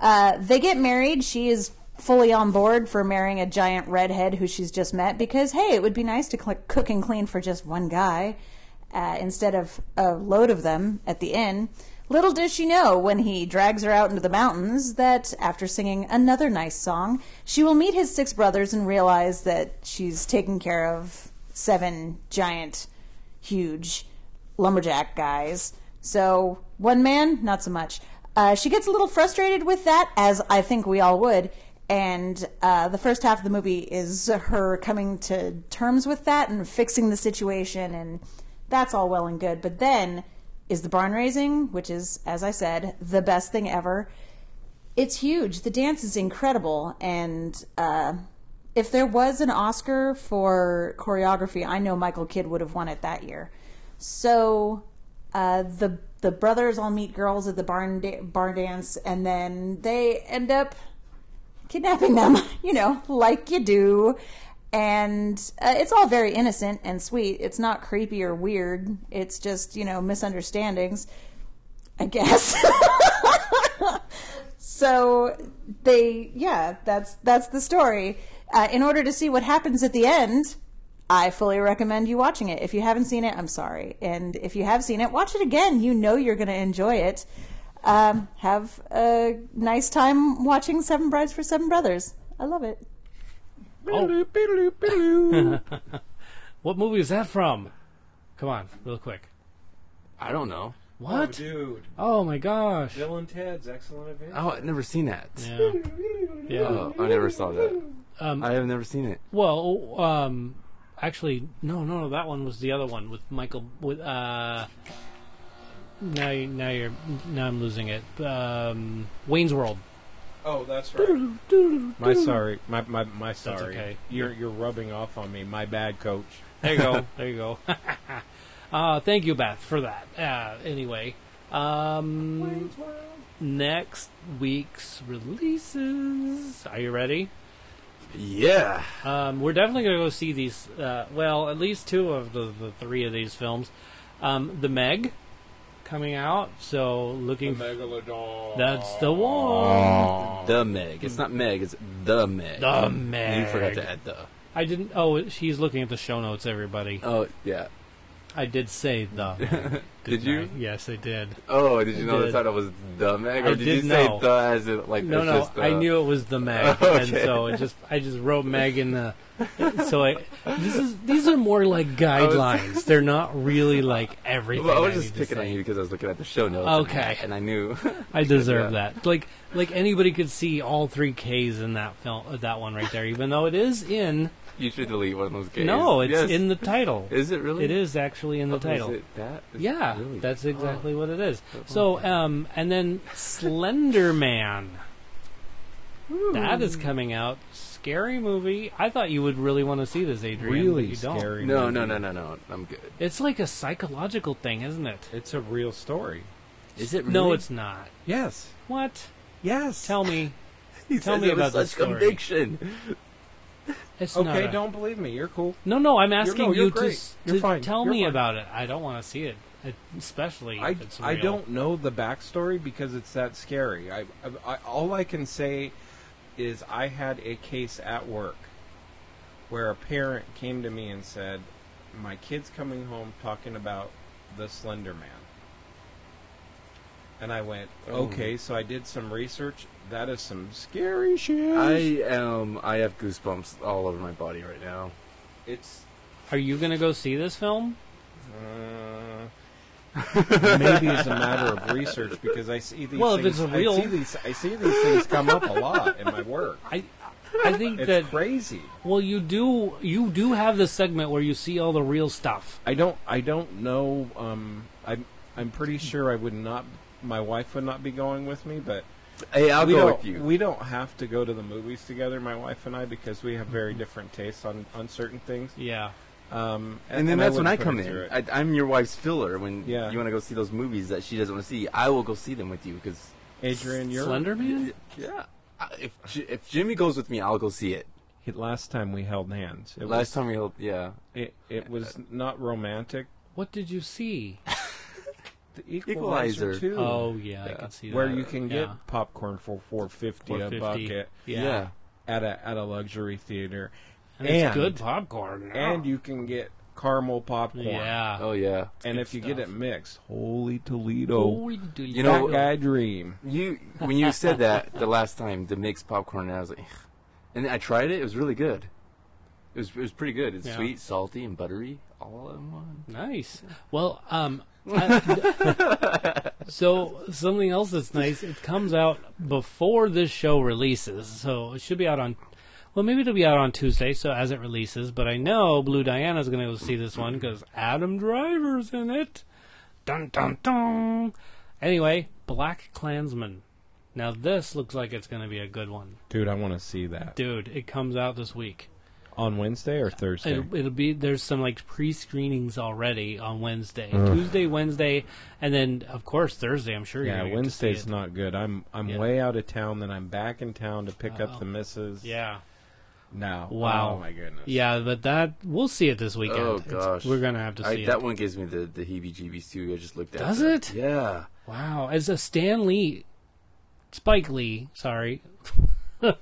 [SPEAKER 7] Uh, they get married. She is fully on board for marrying a giant redhead who she's just met because, hey, it would be nice to cl- cook and clean for just one guy uh, instead of a load of them at the inn. Little does she know when he drags her out into the mountains that after singing another nice song, she will meet his six brothers and realize that she's taking care of seven giant huge lumberjack guys. So one man, not so much. Uh, she gets a little frustrated with that, as I think we all would. And uh, the first half of the movie is her coming to terms with that and fixing the situation, and that's all well and good. But then is the barn raising, which is, as I said, the best thing ever. It's huge. The dance is incredible. And uh, if there was an Oscar for choreography, I know Michael Kidd would have won it that year. So uh, the the brothers all meet girls at the barn da- barn dance, and then they end up kidnapping them, <laughs> you know, like you do. And uh, it's all very innocent and sweet. It's not creepy or weird. It's just, you know, misunderstandings, I guess. <laughs> so they, yeah, that's that's the story. Uh, in order to see what happens at the end, I fully recommend you watching it. If you haven't seen it, I'm sorry. And if you have seen it, watch it again. You know you're going to enjoy it. Um, have a nice time watching Seven Brides for Seven Brothers. I love it.
[SPEAKER 2] What movie is that from? Come on, real quick.
[SPEAKER 3] I don't know.
[SPEAKER 4] Oh,
[SPEAKER 2] What?
[SPEAKER 4] dude.
[SPEAKER 2] Oh my gosh.
[SPEAKER 4] Bill and Ted's Excellent Adventure.
[SPEAKER 3] Oh, I've never seen that.
[SPEAKER 2] Yeah. yeah.
[SPEAKER 3] Oh, I never saw that.
[SPEAKER 2] Um,
[SPEAKER 3] I have never seen it.
[SPEAKER 2] Well, um, actually, no, no, no. That one was the other one with Michael. With uh, now, you- now you're now I'm losing it. Um, Wayne's World.
[SPEAKER 4] Oh,
[SPEAKER 2] <laughs>
[SPEAKER 4] that's right. My sorry. My, my, my sorry.
[SPEAKER 2] okay.
[SPEAKER 4] You're, you're rubbing off on me. My bad, coach.
[SPEAKER 2] There you go. there you go. <laughs> uh, thank you, Beth, for that. Uh, anyway, um, next week's releases. Are you ready?
[SPEAKER 3] Yeah.
[SPEAKER 2] Um, we're definitely going to go see these. Uh, well, at least two of the, the three of these films. Um, the Meg coming out, so looking. f-
[SPEAKER 4] Megalodon.
[SPEAKER 2] that's the one.
[SPEAKER 3] The Meg. It's not Meg. It's the Meg.
[SPEAKER 2] The
[SPEAKER 3] You
[SPEAKER 2] Meg.
[SPEAKER 3] forgot to add the.
[SPEAKER 2] I didn't. Oh, she's looking at the show notes. Everybody,
[SPEAKER 3] Oh yeah.
[SPEAKER 2] I did say the. Meg,
[SPEAKER 3] Did
[SPEAKER 2] didn't
[SPEAKER 3] you?
[SPEAKER 2] I? Yes, I did.
[SPEAKER 3] Oh, did you know
[SPEAKER 2] did.
[SPEAKER 3] the title was the Meg?
[SPEAKER 2] I
[SPEAKER 3] Or did,
[SPEAKER 2] did
[SPEAKER 3] you say
[SPEAKER 2] know.
[SPEAKER 3] the as it like
[SPEAKER 2] No,
[SPEAKER 3] it's
[SPEAKER 2] no,
[SPEAKER 3] just, uh,
[SPEAKER 2] I knew it was the
[SPEAKER 3] <laughs>
[SPEAKER 2] Meg, and
[SPEAKER 3] okay.
[SPEAKER 2] so it just I just wrote Meg in the. So I, this is these are more like guidelines. They're not really like everything.
[SPEAKER 3] Well, I was
[SPEAKER 2] need
[SPEAKER 3] just
[SPEAKER 2] to
[SPEAKER 3] picking
[SPEAKER 2] say.
[SPEAKER 3] on you because I was looking at the show notes. and
[SPEAKER 2] Okay.
[SPEAKER 3] that, And I knew. <laughs>
[SPEAKER 2] I deserve
[SPEAKER 3] Yeah.
[SPEAKER 2] that. Like like anybody could see all three Ks in that film, uh, that one right there. Even though it is in
[SPEAKER 3] you should delete one of those games.
[SPEAKER 2] no, it's
[SPEAKER 3] Yes.
[SPEAKER 2] in the title.
[SPEAKER 3] Is it really?
[SPEAKER 2] It is actually in the
[SPEAKER 3] Oh,
[SPEAKER 2] title.
[SPEAKER 3] Is it that? Is it
[SPEAKER 2] Yeah,
[SPEAKER 3] really?
[SPEAKER 2] that's
[SPEAKER 3] Oh.
[SPEAKER 2] exactly what it is. So um, and then Slender Man. That is coming out. Scary movie. I thought you would really want to see this, Adrian. but
[SPEAKER 4] really
[SPEAKER 2] you don't.
[SPEAKER 4] scary.
[SPEAKER 3] No,
[SPEAKER 4] movie.
[SPEAKER 3] no, no, no, no. I'm good.
[SPEAKER 2] It's like a psychological thing, isn't it?
[SPEAKER 4] <laughs> It's a real story.
[SPEAKER 3] Is it?
[SPEAKER 2] No, it's not.
[SPEAKER 4] Yes.
[SPEAKER 2] What?
[SPEAKER 4] Yes.
[SPEAKER 2] Tell
[SPEAKER 4] <laughs>
[SPEAKER 2] me.
[SPEAKER 3] He
[SPEAKER 2] tell
[SPEAKER 3] says
[SPEAKER 2] me
[SPEAKER 3] it with
[SPEAKER 2] about the
[SPEAKER 3] such
[SPEAKER 2] story.
[SPEAKER 3] conviction.
[SPEAKER 2] It's not
[SPEAKER 4] okay,
[SPEAKER 2] a-
[SPEAKER 4] don't believe me. You're cool.
[SPEAKER 2] No, no, I'm asking
[SPEAKER 4] no,
[SPEAKER 2] you
[SPEAKER 4] you're
[SPEAKER 2] to,
[SPEAKER 4] great.
[SPEAKER 2] s-
[SPEAKER 4] You're
[SPEAKER 2] to
[SPEAKER 4] fine.
[SPEAKER 2] tell
[SPEAKER 4] You're
[SPEAKER 2] me
[SPEAKER 4] fine.
[SPEAKER 2] about it. I don't want to see it, especially
[SPEAKER 4] I,
[SPEAKER 2] if it's real.
[SPEAKER 4] I don't know the backstory because it's that scary. I, I, I all I can say is I had a case at work where a parent came to me and said, "My kid's coming home talking about the Slender Man," and I went,
[SPEAKER 2] Oh.
[SPEAKER 4] "Okay." So I did some research. That is some scary shit.
[SPEAKER 3] I am. I have goosebumps all over my body right now.
[SPEAKER 4] it's
[SPEAKER 2] Are you going to go see this film?
[SPEAKER 4] Uh, maybe it's a matter of research because I see these.
[SPEAKER 2] Well, if
[SPEAKER 4] things,
[SPEAKER 2] it's a real-
[SPEAKER 4] I see these, I see these things come up a lot in my work.
[SPEAKER 2] I I think
[SPEAKER 4] <laughs> It's
[SPEAKER 2] that
[SPEAKER 4] crazy.
[SPEAKER 2] well, you do you do have the segment where you see all the real stuff.
[SPEAKER 4] I don't. I don't know. Um, I'm. I'm pretty sure I would not. My wife would not be going with me, but
[SPEAKER 3] Hey, I'll
[SPEAKER 4] we
[SPEAKER 3] go
[SPEAKER 4] don't.
[SPEAKER 3] with you.
[SPEAKER 4] We don't have to go to the movies together, my wife and I, because we have very different tastes on, on certain things.
[SPEAKER 2] Yeah.
[SPEAKER 4] Um,
[SPEAKER 3] and then that's when I
[SPEAKER 4] wouldn't put
[SPEAKER 3] come
[SPEAKER 4] her through
[SPEAKER 3] in.
[SPEAKER 4] it.
[SPEAKER 3] I, I'm your wife's filler. When
[SPEAKER 4] Yeah.
[SPEAKER 3] you want to go see those movies that she doesn't want to see, I will go see them with you because
[SPEAKER 4] Adrian, you're
[SPEAKER 2] Slender Man?
[SPEAKER 3] yeah, I- if J- if Jimmy goes with me, I'll go see it.
[SPEAKER 4] Last time we held hands. It was-
[SPEAKER 3] Last time we held, yeah,
[SPEAKER 4] It, it was not romantic.
[SPEAKER 2] What did you see?
[SPEAKER 4] The Equalizer,
[SPEAKER 3] Equalizer.
[SPEAKER 4] too,
[SPEAKER 2] Oh yeah, I can see that.
[SPEAKER 4] where you can get
[SPEAKER 2] Yeah.
[SPEAKER 4] popcorn for four fifty a
[SPEAKER 2] 450.
[SPEAKER 4] bucket
[SPEAKER 2] Yeah.
[SPEAKER 3] yeah.
[SPEAKER 4] at a at a luxury theater,
[SPEAKER 2] And it's good popcorn.
[SPEAKER 4] And you can get caramel popcorn.
[SPEAKER 2] Yeah.
[SPEAKER 3] Oh yeah.
[SPEAKER 4] And if you get
[SPEAKER 2] stuff.
[SPEAKER 4] it mixed, holy Toledo,
[SPEAKER 2] Holy
[SPEAKER 3] You know-
[SPEAKER 4] that guy dream.
[SPEAKER 3] You when you said that the last time the mixed popcorn, and I was like, "Ugh." and I tried it. It was really good. It was it was pretty good. It's
[SPEAKER 2] Yeah.
[SPEAKER 3] sweet, salty, and buttery all in one.
[SPEAKER 2] Nice. Well, um, I- <laughs> so something else that's nice. It comes out before this show releases, so it should be out on. Well, maybe it'll be out on Tuesday, so as it releases. But I know Blue Diana's going to go see this one because Adam Driver's in it. Dun dun dun. Anyway, Black Klansman. Now this looks like it's going to be a good one,
[SPEAKER 4] Dude, I want to see that.
[SPEAKER 2] dude. It comes out this week.
[SPEAKER 4] On Wednesday or Thursday?
[SPEAKER 2] It'll, it'll be there's some like pre-screenings already on Wednesday, Tuesday, Wednesday, and then of course Thursday. I'm sure. you're
[SPEAKER 4] yeah,
[SPEAKER 2] gonna get to see
[SPEAKER 4] Wednesday's
[SPEAKER 2] it.
[SPEAKER 4] not good. I'm I'm
[SPEAKER 2] Yeah.
[SPEAKER 4] way out of town, then I'm back in town to pick
[SPEAKER 2] Oh.
[SPEAKER 4] up the misses.
[SPEAKER 2] Yeah.
[SPEAKER 4] Now.
[SPEAKER 2] Wow.
[SPEAKER 4] Oh my goodness.
[SPEAKER 2] Yeah, but that we'll see it this weekend.
[SPEAKER 3] Oh
[SPEAKER 2] It's-
[SPEAKER 3] gosh,
[SPEAKER 2] we're gonna have to
[SPEAKER 3] I-
[SPEAKER 2] see
[SPEAKER 3] That
[SPEAKER 2] it.
[SPEAKER 3] one gives me the, the heebie-jeebies too. I just looked at.
[SPEAKER 2] Does it?
[SPEAKER 3] Yeah.
[SPEAKER 2] Wow, as a Stan Lee, Spike Lee. Sorry. <laughs>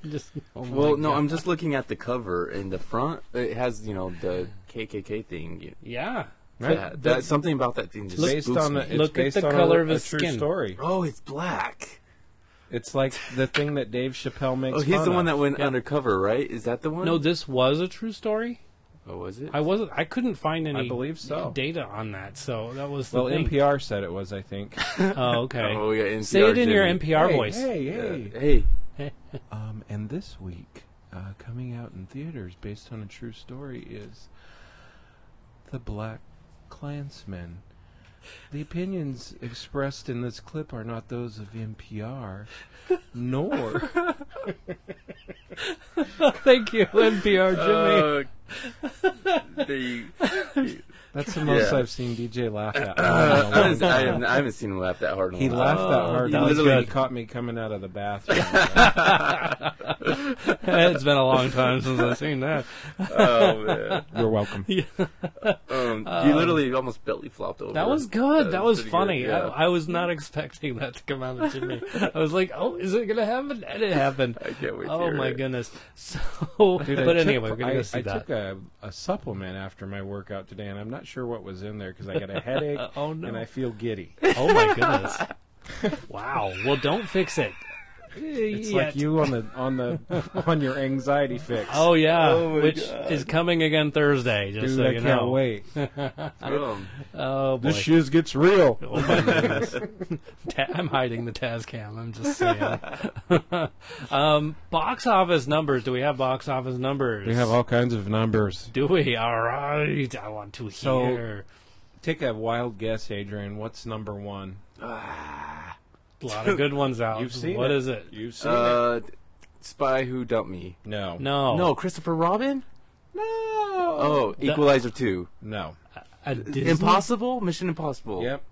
[SPEAKER 2] Just, oh my
[SPEAKER 3] Well, no,
[SPEAKER 2] God.
[SPEAKER 3] I'm just looking at the cover and the front. It has you know the KKK thing. you-
[SPEAKER 2] Yeah.
[SPEAKER 4] Right.
[SPEAKER 3] That, that something about that thing just
[SPEAKER 4] Based
[SPEAKER 3] spooks
[SPEAKER 4] on
[SPEAKER 3] me.
[SPEAKER 4] a, it's
[SPEAKER 2] Look at
[SPEAKER 4] based
[SPEAKER 2] the
[SPEAKER 4] on
[SPEAKER 2] color
[SPEAKER 4] a,
[SPEAKER 2] of
[SPEAKER 4] a
[SPEAKER 2] his
[SPEAKER 4] true
[SPEAKER 2] skin.
[SPEAKER 4] story.
[SPEAKER 3] Oh, it's black.
[SPEAKER 4] It's like the thing that Dave Chappelle makes.
[SPEAKER 3] Oh, he's
[SPEAKER 4] fun
[SPEAKER 3] the one
[SPEAKER 4] of.
[SPEAKER 3] that went undercover, right? Is that the one?
[SPEAKER 2] No, this was a true story.
[SPEAKER 3] oh, was it?
[SPEAKER 2] I wasn't. I couldn't find any.
[SPEAKER 4] I believe so.
[SPEAKER 2] Data on that. So that was the
[SPEAKER 4] Well,
[SPEAKER 2] thing.
[SPEAKER 4] NPR said it was. I
[SPEAKER 3] <laughs>
[SPEAKER 4] think.
[SPEAKER 2] Oh,
[SPEAKER 4] <laughs>
[SPEAKER 2] okay.
[SPEAKER 3] Oh, we got NPR.
[SPEAKER 2] Say it in your
[SPEAKER 3] Jimmy.
[SPEAKER 2] NPR
[SPEAKER 4] E hey,
[SPEAKER 2] voice.
[SPEAKER 4] Hey, hey.
[SPEAKER 3] Yeah. Hey,
[SPEAKER 4] Um, and this week, uh, coming out in theaters based on a true story is The Black Klansman. The opinions expressed in this clip are not those of
[SPEAKER 3] <laughs>
[SPEAKER 4] NPR, nor
[SPEAKER 2] <laughs> Thank you, NPR
[SPEAKER 4] Oh,
[SPEAKER 2] Jimmy. <laughs>
[SPEAKER 3] Uh, the,
[SPEAKER 4] that's the most
[SPEAKER 3] Yeah.
[SPEAKER 4] I've seen DJ laugh
[SPEAKER 3] <laughs>
[SPEAKER 4] at. in a
[SPEAKER 3] I,
[SPEAKER 4] long
[SPEAKER 3] haven't, I,
[SPEAKER 4] time.
[SPEAKER 3] haven't, I haven't seen him laugh that hard. In a
[SPEAKER 4] He
[SPEAKER 3] while.
[SPEAKER 4] laughed that hard.
[SPEAKER 3] Oh, he
[SPEAKER 4] He
[SPEAKER 3] literally-
[SPEAKER 4] literally caught me coming out of the
[SPEAKER 3] <laughs>
[SPEAKER 4] bathroom.
[SPEAKER 2] <laughs> it's been a long time since I've seen
[SPEAKER 4] <laughs>
[SPEAKER 2] that.
[SPEAKER 3] Oh, man.
[SPEAKER 4] You're welcome.
[SPEAKER 3] Um, he literally almost belly flopped over.
[SPEAKER 2] That was good. That, was
[SPEAKER 3] pretty good,
[SPEAKER 2] funny.
[SPEAKER 3] yeah.
[SPEAKER 2] I, I was not expecting that to come out of Jimmy. I was like, "Oh, is it gonna happen?" And it
[SPEAKER 3] <laughs>
[SPEAKER 2] happened. I
[SPEAKER 3] can't wait to
[SPEAKER 2] Oh
[SPEAKER 3] hear
[SPEAKER 2] my
[SPEAKER 3] it.
[SPEAKER 2] goodness. <laughs> So,
[SPEAKER 4] Dude, I
[SPEAKER 2] but
[SPEAKER 4] took-
[SPEAKER 2] anyway, we're gonna
[SPEAKER 4] I,
[SPEAKER 2] go see
[SPEAKER 4] I
[SPEAKER 2] that.
[SPEAKER 4] took a, a supplement after my workout today, and I'm not sure what was in there because I got a headache
[SPEAKER 2] <laughs> Oh, no.
[SPEAKER 4] and I
[SPEAKER 2] <laughs>
[SPEAKER 4] feel giddy.
[SPEAKER 2] Oh my goodness.
[SPEAKER 4] <laughs>
[SPEAKER 2] wow. Well, don't fix it.
[SPEAKER 4] It's like you on the
[SPEAKER 2] <laughs>
[SPEAKER 4] on the on your anxiety fix.
[SPEAKER 2] Oh yeah, which is coming again Thursday. Just
[SPEAKER 4] dude,
[SPEAKER 2] so
[SPEAKER 4] I
[SPEAKER 2] you
[SPEAKER 4] can't
[SPEAKER 2] know. <laughs>
[SPEAKER 4] wait.
[SPEAKER 3] Um,
[SPEAKER 2] Oh boy.
[SPEAKER 4] This shiz gets real.
[SPEAKER 2] Oh my goodness. Ta- I'm hiding the Tascam. I'm
[SPEAKER 4] <laughs>
[SPEAKER 2] just saying. <laughs> um, box office numbers. Do we have box office numbers?
[SPEAKER 4] We have all kinds of numbers.
[SPEAKER 2] Do we? All right. I want to
[SPEAKER 4] So-
[SPEAKER 2] hear.
[SPEAKER 4] Take a wild guess, Adrian. What's number one?
[SPEAKER 2] a lot of good ones out.
[SPEAKER 4] You've seen
[SPEAKER 2] What
[SPEAKER 4] it.
[SPEAKER 2] is it?
[SPEAKER 4] You've seen
[SPEAKER 3] uh, Spy Who Dumped Me.
[SPEAKER 4] it. No,
[SPEAKER 2] No.
[SPEAKER 3] No, Christopher Robin? No. Oh, Equalizer 2.
[SPEAKER 4] no.
[SPEAKER 2] A Disney-
[SPEAKER 3] Impossible? Mission Impossible.
[SPEAKER 4] Yep.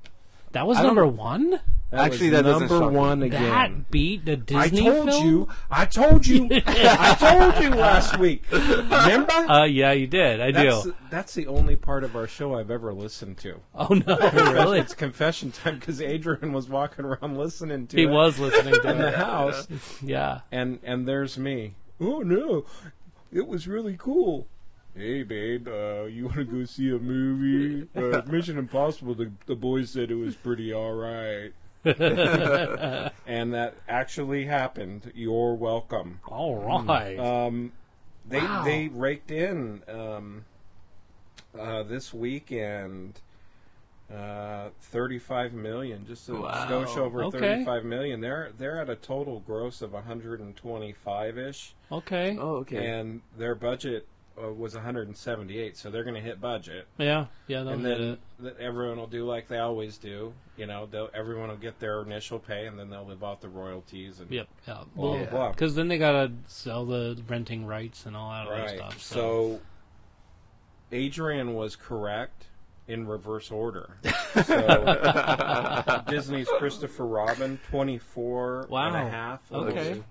[SPEAKER 2] That was
[SPEAKER 3] I don't-
[SPEAKER 2] number one?
[SPEAKER 4] That
[SPEAKER 3] Actually,
[SPEAKER 4] was
[SPEAKER 3] that doesn't
[SPEAKER 4] number
[SPEAKER 3] shock me.
[SPEAKER 4] one
[SPEAKER 2] That
[SPEAKER 4] again.
[SPEAKER 2] beat the
[SPEAKER 4] I
[SPEAKER 2] Disney
[SPEAKER 4] told
[SPEAKER 2] film?
[SPEAKER 4] you. I
[SPEAKER 2] <laughs>
[SPEAKER 4] told you. I told you last week. Remember?
[SPEAKER 2] Uh, yeah, you did. I
[SPEAKER 4] that's,
[SPEAKER 2] do.
[SPEAKER 4] that's the only part of our show I've ever listened to.
[SPEAKER 2] Oh, no. <laughs> really?
[SPEAKER 4] It's confession time because Adrian was walking around listening to
[SPEAKER 2] He
[SPEAKER 4] it
[SPEAKER 2] was listening
[SPEAKER 4] in the
[SPEAKER 2] to it.
[SPEAKER 4] house, <laughs>
[SPEAKER 2] Yeah.
[SPEAKER 4] and and there's me. Oh no, it was really cool. Hey babe, uh, you want to go see a movie?
[SPEAKER 2] <laughs>
[SPEAKER 4] Uh, Mission Impossible. The the boys said it was pretty
[SPEAKER 2] <laughs>
[SPEAKER 4] all right. and that actually happened. You're welcome.
[SPEAKER 2] All right.
[SPEAKER 4] Um, they
[SPEAKER 2] Wow.
[SPEAKER 4] they raked in um, uh, this weekend uh, thirty five million, just a skosh over
[SPEAKER 2] Okay.
[SPEAKER 4] thirty five million. They're they're at a total gross of one hundred and twenty five ish,
[SPEAKER 2] okay.
[SPEAKER 3] Oh, okay.
[SPEAKER 4] and their budget uh, was one hundred and seventy eight. So they're going to hit budget.
[SPEAKER 2] Yeah. Yeah, that
[SPEAKER 4] And
[SPEAKER 2] was
[SPEAKER 4] then
[SPEAKER 2] it.
[SPEAKER 4] th- everyone will do like they always do, you know. They'll, everyone will get their initial pay, and then they'll live off the royalties and
[SPEAKER 2] Yep. Yeah.
[SPEAKER 4] blah
[SPEAKER 2] Well,
[SPEAKER 4] blah blah.
[SPEAKER 2] Because then they gotta sell the renting rights and all that other stuff. So,
[SPEAKER 4] So Adrian was correct in
[SPEAKER 2] <laughs>
[SPEAKER 4] reverse order. So Disney's Christopher Robin, 24 and
[SPEAKER 2] Wow.
[SPEAKER 4] a half.
[SPEAKER 2] Okay. Oh,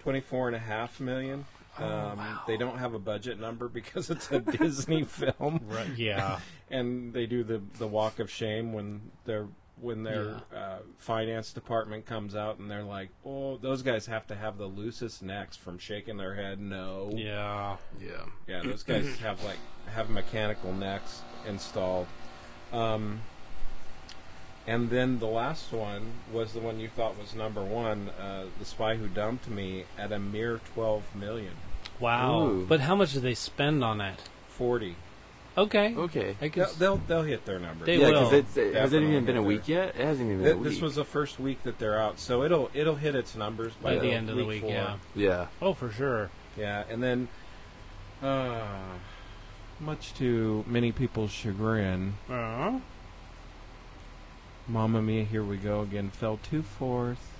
[SPEAKER 4] 24 and a half million. Um, They don't have a budget number because it's
[SPEAKER 2] <laughs>
[SPEAKER 4] a Disney film,
[SPEAKER 2] right, <laughs>
[SPEAKER 4] <laughs>
[SPEAKER 2] yeah,
[SPEAKER 4] and they do the the walk of shame when their when their uh, finance department comes out and they're like, "Oh, those guys have to have the loosest necks from shaking their head no."
[SPEAKER 2] yeah.
[SPEAKER 3] yeah.
[SPEAKER 4] Yeah, those guys have like have mechanical necks installed. Um, and then the last one was the one you thought was number one, uh, "The Spy Who Dumped Me," at a mere twelve million,
[SPEAKER 2] Wow.
[SPEAKER 3] Ooh.
[SPEAKER 2] But how much do they spend on that?
[SPEAKER 4] forty.
[SPEAKER 2] Okay.
[SPEAKER 3] Okay.
[SPEAKER 2] I
[SPEAKER 4] They'll
[SPEAKER 2] guess.
[SPEAKER 4] they'll, they'll hit their number.
[SPEAKER 2] They
[SPEAKER 3] Yeah,
[SPEAKER 2] will.
[SPEAKER 3] because it's it, has it
[SPEAKER 4] Definitely
[SPEAKER 3] even been a
[SPEAKER 4] get
[SPEAKER 3] week yet? It hasn't even been a
[SPEAKER 4] Th-
[SPEAKER 3] week.
[SPEAKER 4] this was the first week that they're out, so it'll it'll hit its numbers by
[SPEAKER 2] By the end of the week,
[SPEAKER 4] four.
[SPEAKER 2] yeah.
[SPEAKER 3] yeah.
[SPEAKER 2] Oh, for sure.
[SPEAKER 4] Yeah, and then, uh, much to many people's chagrin,
[SPEAKER 2] Uh-huh.
[SPEAKER 4] Mamma Mia, here we go again. Fell to fourth.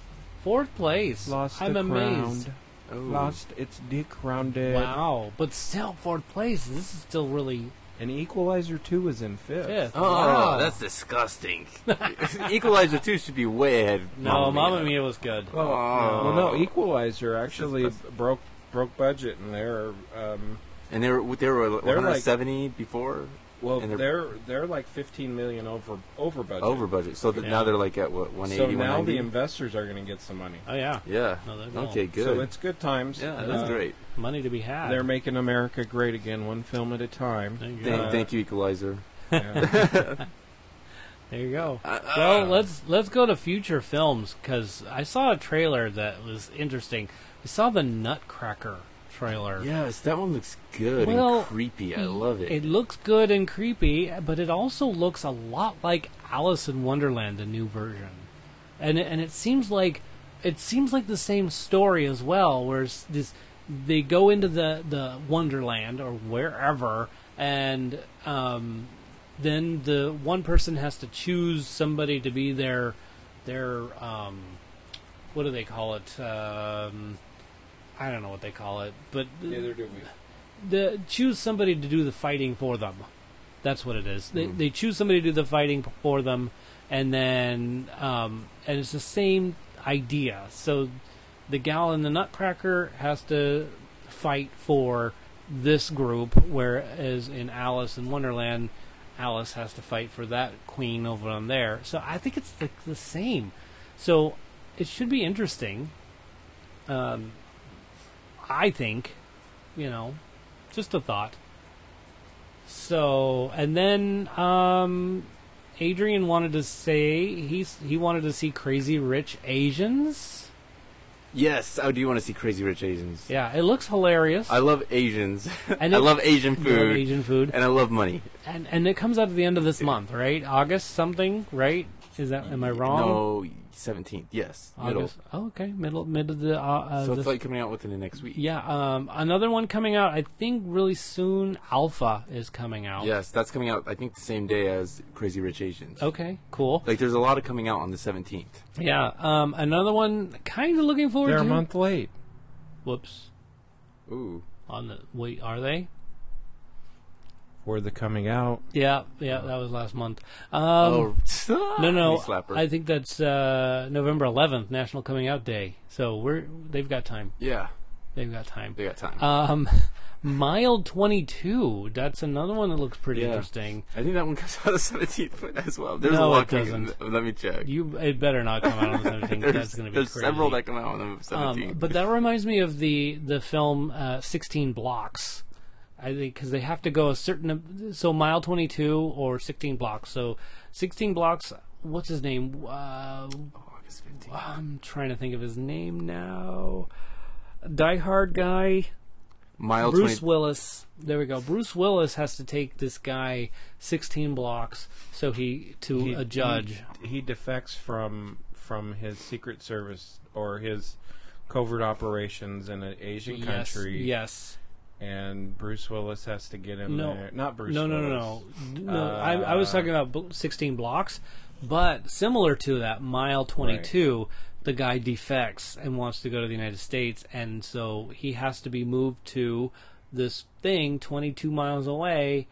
[SPEAKER 2] Fourth place.
[SPEAKER 4] Lost
[SPEAKER 2] I'm
[SPEAKER 4] the
[SPEAKER 2] amazed.
[SPEAKER 4] crown.
[SPEAKER 3] Oh.
[SPEAKER 4] Lost its dick rounded.
[SPEAKER 2] Wow, but still fourth place. This is still really
[SPEAKER 4] And Equalizer 2 is in fifth.
[SPEAKER 2] fifth.
[SPEAKER 3] Oh,
[SPEAKER 2] wow. <laughs>
[SPEAKER 3] that's disgusting. <laughs> Equalizer 2 should be way ahead. Oh, of
[SPEAKER 2] no, Mamma
[SPEAKER 3] Mamma
[SPEAKER 2] Mia was good.
[SPEAKER 4] Well,
[SPEAKER 3] Oh.
[SPEAKER 4] well, no, Equalizer actually
[SPEAKER 3] This is
[SPEAKER 4] broke broke budget, and they're um,
[SPEAKER 3] And they were, they were like,
[SPEAKER 4] They're like-
[SPEAKER 3] 170 before,
[SPEAKER 4] well,
[SPEAKER 3] And they're-
[SPEAKER 4] they're, they're like 15 million over over budget.
[SPEAKER 3] over budget. So that
[SPEAKER 2] Yeah.
[SPEAKER 3] now they're like at what, 180,
[SPEAKER 4] so now the
[SPEAKER 3] 190?
[SPEAKER 4] investors are going to get some money.
[SPEAKER 2] Oh yeah,
[SPEAKER 3] Yeah.
[SPEAKER 2] No, they're gone.
[SPEAKER 3] okay, good.
[SPEAKER 4] So it's good times.
[SPEAKER 3] yeah, that's
[SPEAKER 4] Uh,
[SPEAKER 3] great.
[SPEAKER 2] money to be had.
[SPEAKER 4] They're making America great again, one film at a time.
[SPEAKER 2] there you go.
[SPEAKER 3] Thank, thank you, Equalizer.
[SPEAKER 2] <laughs>
[SPEAKER 4] Yeah.
[SPEAKER 2] There you go. well, let's let's go to future films because I saw a trailer that was interesting. I saw the Nutcracker trailer.
[SPEAKER 3] Yes, that one looks good
[SPEAKER 2] Well,
[SPEAKER 3] and creepy. I love it.
[SPEAKER 2] It looks good and creepy, but it also looks a lot like Alice in Wonderland, the new version, and and it seems like it seems like the same story as well, where it's this they go into the the Wonderland or wherever, and um, then the one person has to choose somebody to be their their um, what do they call it? Um, I don't know what they call it, but
[SPEAKER 4] Neither do we.
[SPEAKER 2] the choose somebody to do the fighting for them. That's what it is. They they choose somebody to do the fighting for them, and then um, and it's the same idea. So the gal in the Nutcracker has to fight for this group, whereas in Alice in Wonderland, Alice has to fight for that queen over on there. So I think it's the, the same. So it should be interesting. Um, I think, you know, just a thought. So, and then um, Adrian wanted to say he's he wanted to see Crazy Rich Asians.
[SPEAKER 3] yes, I do want to see Crazy Rich Asians.
[SPEAKER 2] Yeah, it looks hilarious.
[SPEAKER 3] I love Asians. <laughs>
[SPEAKER 2] And
[SPEAKER 3] I
[SPEAKER 2] it-
[SPEAKER 3] love Asian
[SPEAKER 2] You
[SPEAKER 3] food.
[SPEAKER 2] know, Asian food,
[SPEAKER 3] And I love money.
[SPEAKER 2] and and it comes out at the end of this month, right? August something, right? Is that am I wrong?
[SPEAKER 3] No, 17th. Yes, middle.
[SPEAKER 2] Oh. August. Oh, okay, middle mid of the uh, uh,
[SPEAKER 3] So
[SPEAKER 2] this-
[SPEAKER 3] it's like coming out within the next week.
[SPEAKER 2] yeah. Um, another one coming out, I think, really soon. Alpha is coming out.
[SPEAKER 3] Yes, that's coming out. I think the same day as Crazy Rich Asians.
[SPEAKER 2] Okay. Cool.
[SPEAKER 3] Like, there's a lot of coming out on the 17th.
[SPEAKER 2] Yeah. Um, another one, kind of looking forward
[SPEAKER 4] They're
[SPEAKER 2] to.
[SPEAKER 4] a month late.
[SPEAKER 2] Whoops.
[SPEAKER 3] Ooh,
[SPEAKER 2] On the wait, are they?
[SPEAKER 4] For the coming out.
[SPEAKER 2] Yeah, yeah, that was last month. Um,
[SPEAKER 3] oh, <laughs>
[SPEAKER 2] no, no,
[SPEAKER 3] knee slapper.
[SPEAKER 2] I think that's uh, November 11th, National Coming Out Day. So we're they've got time.
[SPEAKER 3] yeah,
[SPEAKER 2] They've got time.
[SPEAKER 3] they got time.
[SPEAKER 2] <laughs> Um, Mild 22. That's another one that looks pretty
[SPEAKER 3] Yeah.
[SPEAKER 2] interesting.
[SPEAKER 3] I think that one comes <laughs> out the 17th as well. There's
[SPEAKER 2] No,
[SPEAKER 3] a lot
[SPEAKER 2] it
[SPEAKER 3] coming-
[SPEAKER 2] doesn't.
[SPEAKER 3] Let me check. <laughs>
[SPEAKER 2] You it better not come out on the 17th.
[SPEAKER 3] there's
[SPEAKER 2] that's going to be
[SPEAKER 3] there's
[SPEAKER 2] crazy.
[SPEAKER 3] several that come out on the 17th.
[SPEAKER 2] Um, but that reminds me of the the film uh, 16 Blocks. I think because they have to go a certain so mile 22 or 16 blocks. So 16 blocks. What's his name? Uh,
[SPEAKER 3] Oh, August 15th.
[SPEAKER 2] I'm trying to think of his name now. Die Hard guy,
[SPEAKER 3] Mile
[SPEAKER 2] Bruce
[SPEAKER 3] 20
[SPEAKER 2] Willis. There we go. Bruce Willis has to take this guy 16 blocks so he to
[SPEAKER 4] He-
[SPEAKER 2] a judge.
[SPEAKER 4] He, he defects from from his Secret Service or his covert operations in an Asian country.
[SPEAKER 2] Yes. Yes.
[SPEAKER 4] And Bruce Willis has to get him
[SPEAKER 2] No.
[SPEAKER 4] there. Not Bruce
[SPEAKER 2] No, no, no,
[SPEAKER 4] Willis.
[SPEAKER 2] no. no I, I was talking about bl- 16 blocks, but similar to that, mile 22, the guy defects and wants to go to the United States, and so he has to be moved to this thing 22 miles away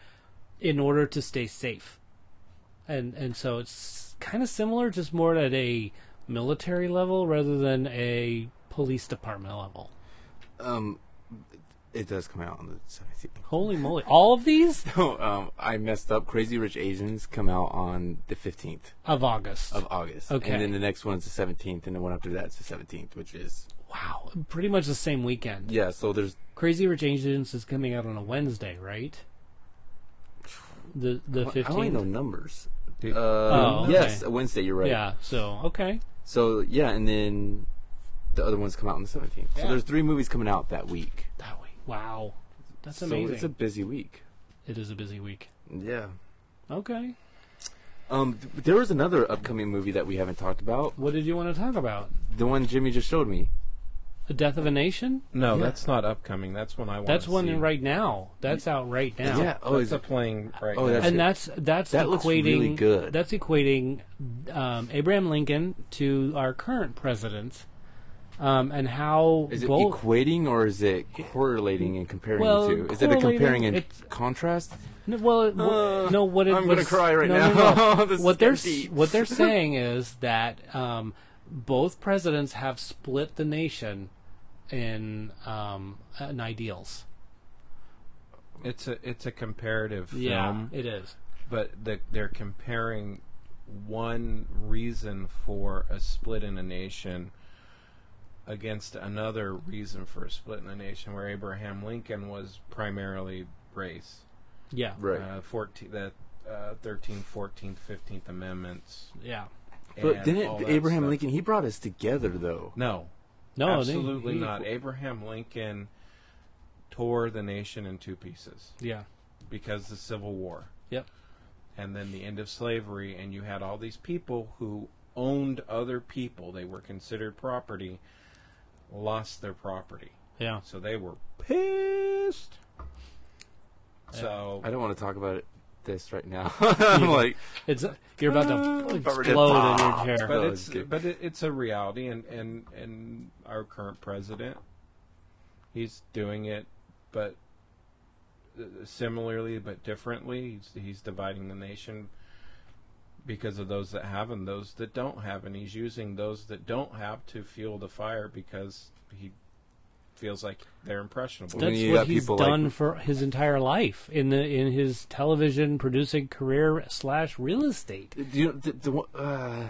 [SPEAKER 2] in order to stay safe. And and so it's kind of similar, just more at a military level rather than a police department level.
[SPEAKER 3] Um, it does come out on the <laughs> 17th.
[SPEAKER 2] Holy moly! All of these
[SPEAKER 3] No, um, I messed up. Crazy Rich Asians come out on the 15th
[SPEAKER 2] of August.
[SPEAKER 3] of August.
[SPEAKER 2] Okay.
[SPEAKER 3] And then the next one is the 17th, and the one after that is the 17th, which is.
[SPEAKER 2] wow, pretty much the same weekend.
[SPEAKER 3] Yeah, so there's.
[SPEAKER 2] Crazy Rich Asians is coming out on a Wednesday, right? The the
[SPEAKER 3] I only know
[SPEAKER 2] fifteenth.
[SPEAKER 3] numbers. Uh,
[SPEAKER 4] Dude.
[SPEAKER 2] Oh,
[SPEAKER 3] Yes,
[SPEAKER 2] okay.
[SPEAKER 3] Wednesday, you're right.
[SPEAKER 2] Yeah. So okay.
[SPEAKER 3] So, yeah, and then the other ones come out on the 17th. So there's three movies coming out that week.
[SPEAKER 2] That way. Wow. That's
[SPEAKER 3] so
[SPEAKER 2] amazing.
[SPEAKER 3] it's a busy week.
[SPEAKER 2] It is a busy week.
[SPEAKER 3] Yeah.
[SPEAKER 2] Okay.
[SPEAKER 3] Um, th- there was another upcoming movie that we haven't talked about.
[SPEAKER 2] What did you want to talk about?
[SPEAKER 3] The one Jimmy just showed me.
[SPEAKER 2] The Death of a Nation?
[SPEAKER 4] No, that's not upcoming. That's one I want.
[SPEAKER 2] That's one
[SPEAKER 4] see.
[SPEAKER 2] in right now. That's out right now.
[SPEAKER 3] Yeah. Oh,
[SPEAKER 4] That's
[SPEAKER 3] is
[SPEAKER 4] a
[SPEAKER 3] it?
[SPEAKER 4] playing right
[SPEAKER 3] Oh,
[SPEAKER 4] now.
[SPEAKER 3] that's-
[SPEAKER 2] And that's that's
[SPEAKER 3] That
[SPEAKER 2] equating
[SPEAKER 3] looks really good.
[SPEAKER 2] that's equating um, Abraham Lincoln to our current president, um, and how
[SPEAKER 3] Is it
[SPEAKER 2] both
[SPEAKER 3] equating or is it correlating and comparing
[SPEAKER 2] Well,
[SPEAKER 3] the two? Is it a comparing and
[SPEAKER 2] it's-
[SPEAKER 3] contrast?
[SPEAKER 2] No, well, it-
[SPEAKER 3] Uh,
[SPEAKER 2] no. What it
[SPEAKER 3] I'm
[SPEAKER 2] was,
[SPEAKER 3] gonna cry right
[SPEAKER 2] no,
[SPEAKER 3] now.
[SPEAKER 2] no, no.
[SPEAKER 3] <laughs> This is
[SPEAKER 2] what they're
[SPEAKER 3] getting
[SPEAKER 2] s-
[SPEAKER 3] deep.
[SPEAKER 2] what
[SPEAKER 3] <laughs>
[SPEAKER 2] they're saying is that um, both presidents have split the nation in um, in ideals.
[SPEAKER 4] It's a it's a comparative
[SPEAKER 2] Yeah,
[SPEAKER 4] film,
[SPEAKER 2] it is.
[SPEAKER 4] but the, they're comparing one reason for a split in a nation against another reason for a split in a nation where Abraham Lincoln was primarily race.
[SPEAKER 2] Yeah,
[SPEAKER 4] Uh, 14 that uh, 13th, 14th, 15th amendments.
[SPEAKER 2] yeah.
[SPEAKER 3] But
[SPEAKER 4] and all
[SPEAKER 3] didn't
[SPEAKER 4] that
[SPEAKER 3] Abraham
[SPEAKER 4] stuff.
[SPEAKER 3] Lincoln? He brought us together though.
[SPEAKER 4] No,
[SPEAKER 2] No, they-
[SPEAKER 4] absolutely
[SPEAKER 2] Oh, he-
[SPEAKER 4] not. Abraham Lincoln tore the nation in two pieces
[SPEAKER 2] Yeah.
[SPEAKER 4] because the Civil War
[SPEAKER 2] Yep.
[SPEAKER 4] and then the end of slavery, and you had all these people who owned other people. They were considered property, lost their property,
[SPEAKER 2] Yeah.
[SPEAKER 4] so they were pissed. So
[SPEAKER 3] I don't want to talk about it, this
[SPEAKER 2] <laughs>
[SPEAKER 3] right now. <laughs> I'm like,
[SPEAKER 2] It's you're about to
[SPEAKER 3] Covered it.
[SPEAKER 2] explode in your
[SPEAKER 4] but
[SPEAKER 2] chair.
[SPEAKER 3] Oh,
[SPEAKER 4] it's
[SPEAKER 3] good.
[SPEAKER 4] but it, it's a reality, and and and our current president, he's doing it, but uh, similarly but differently. He's, he's dividing the nation because of those that have and those that don't have, and he's using those that don't have to fuel the fire because he feels like they're impressionable.
[SPEAKER 3] That-
[SPEAKER 2] That's
[SPEAKER 3] you
[SPEAKER 2] what
[SPEAKER 3] got
[SPEAKER 2] he's
[SPEAKER 3] people like-
[SPEAKER 2] done for his entire life in the in his television producing career slash real estate.
[SPEAKER 3] do you, the, the, one- uh,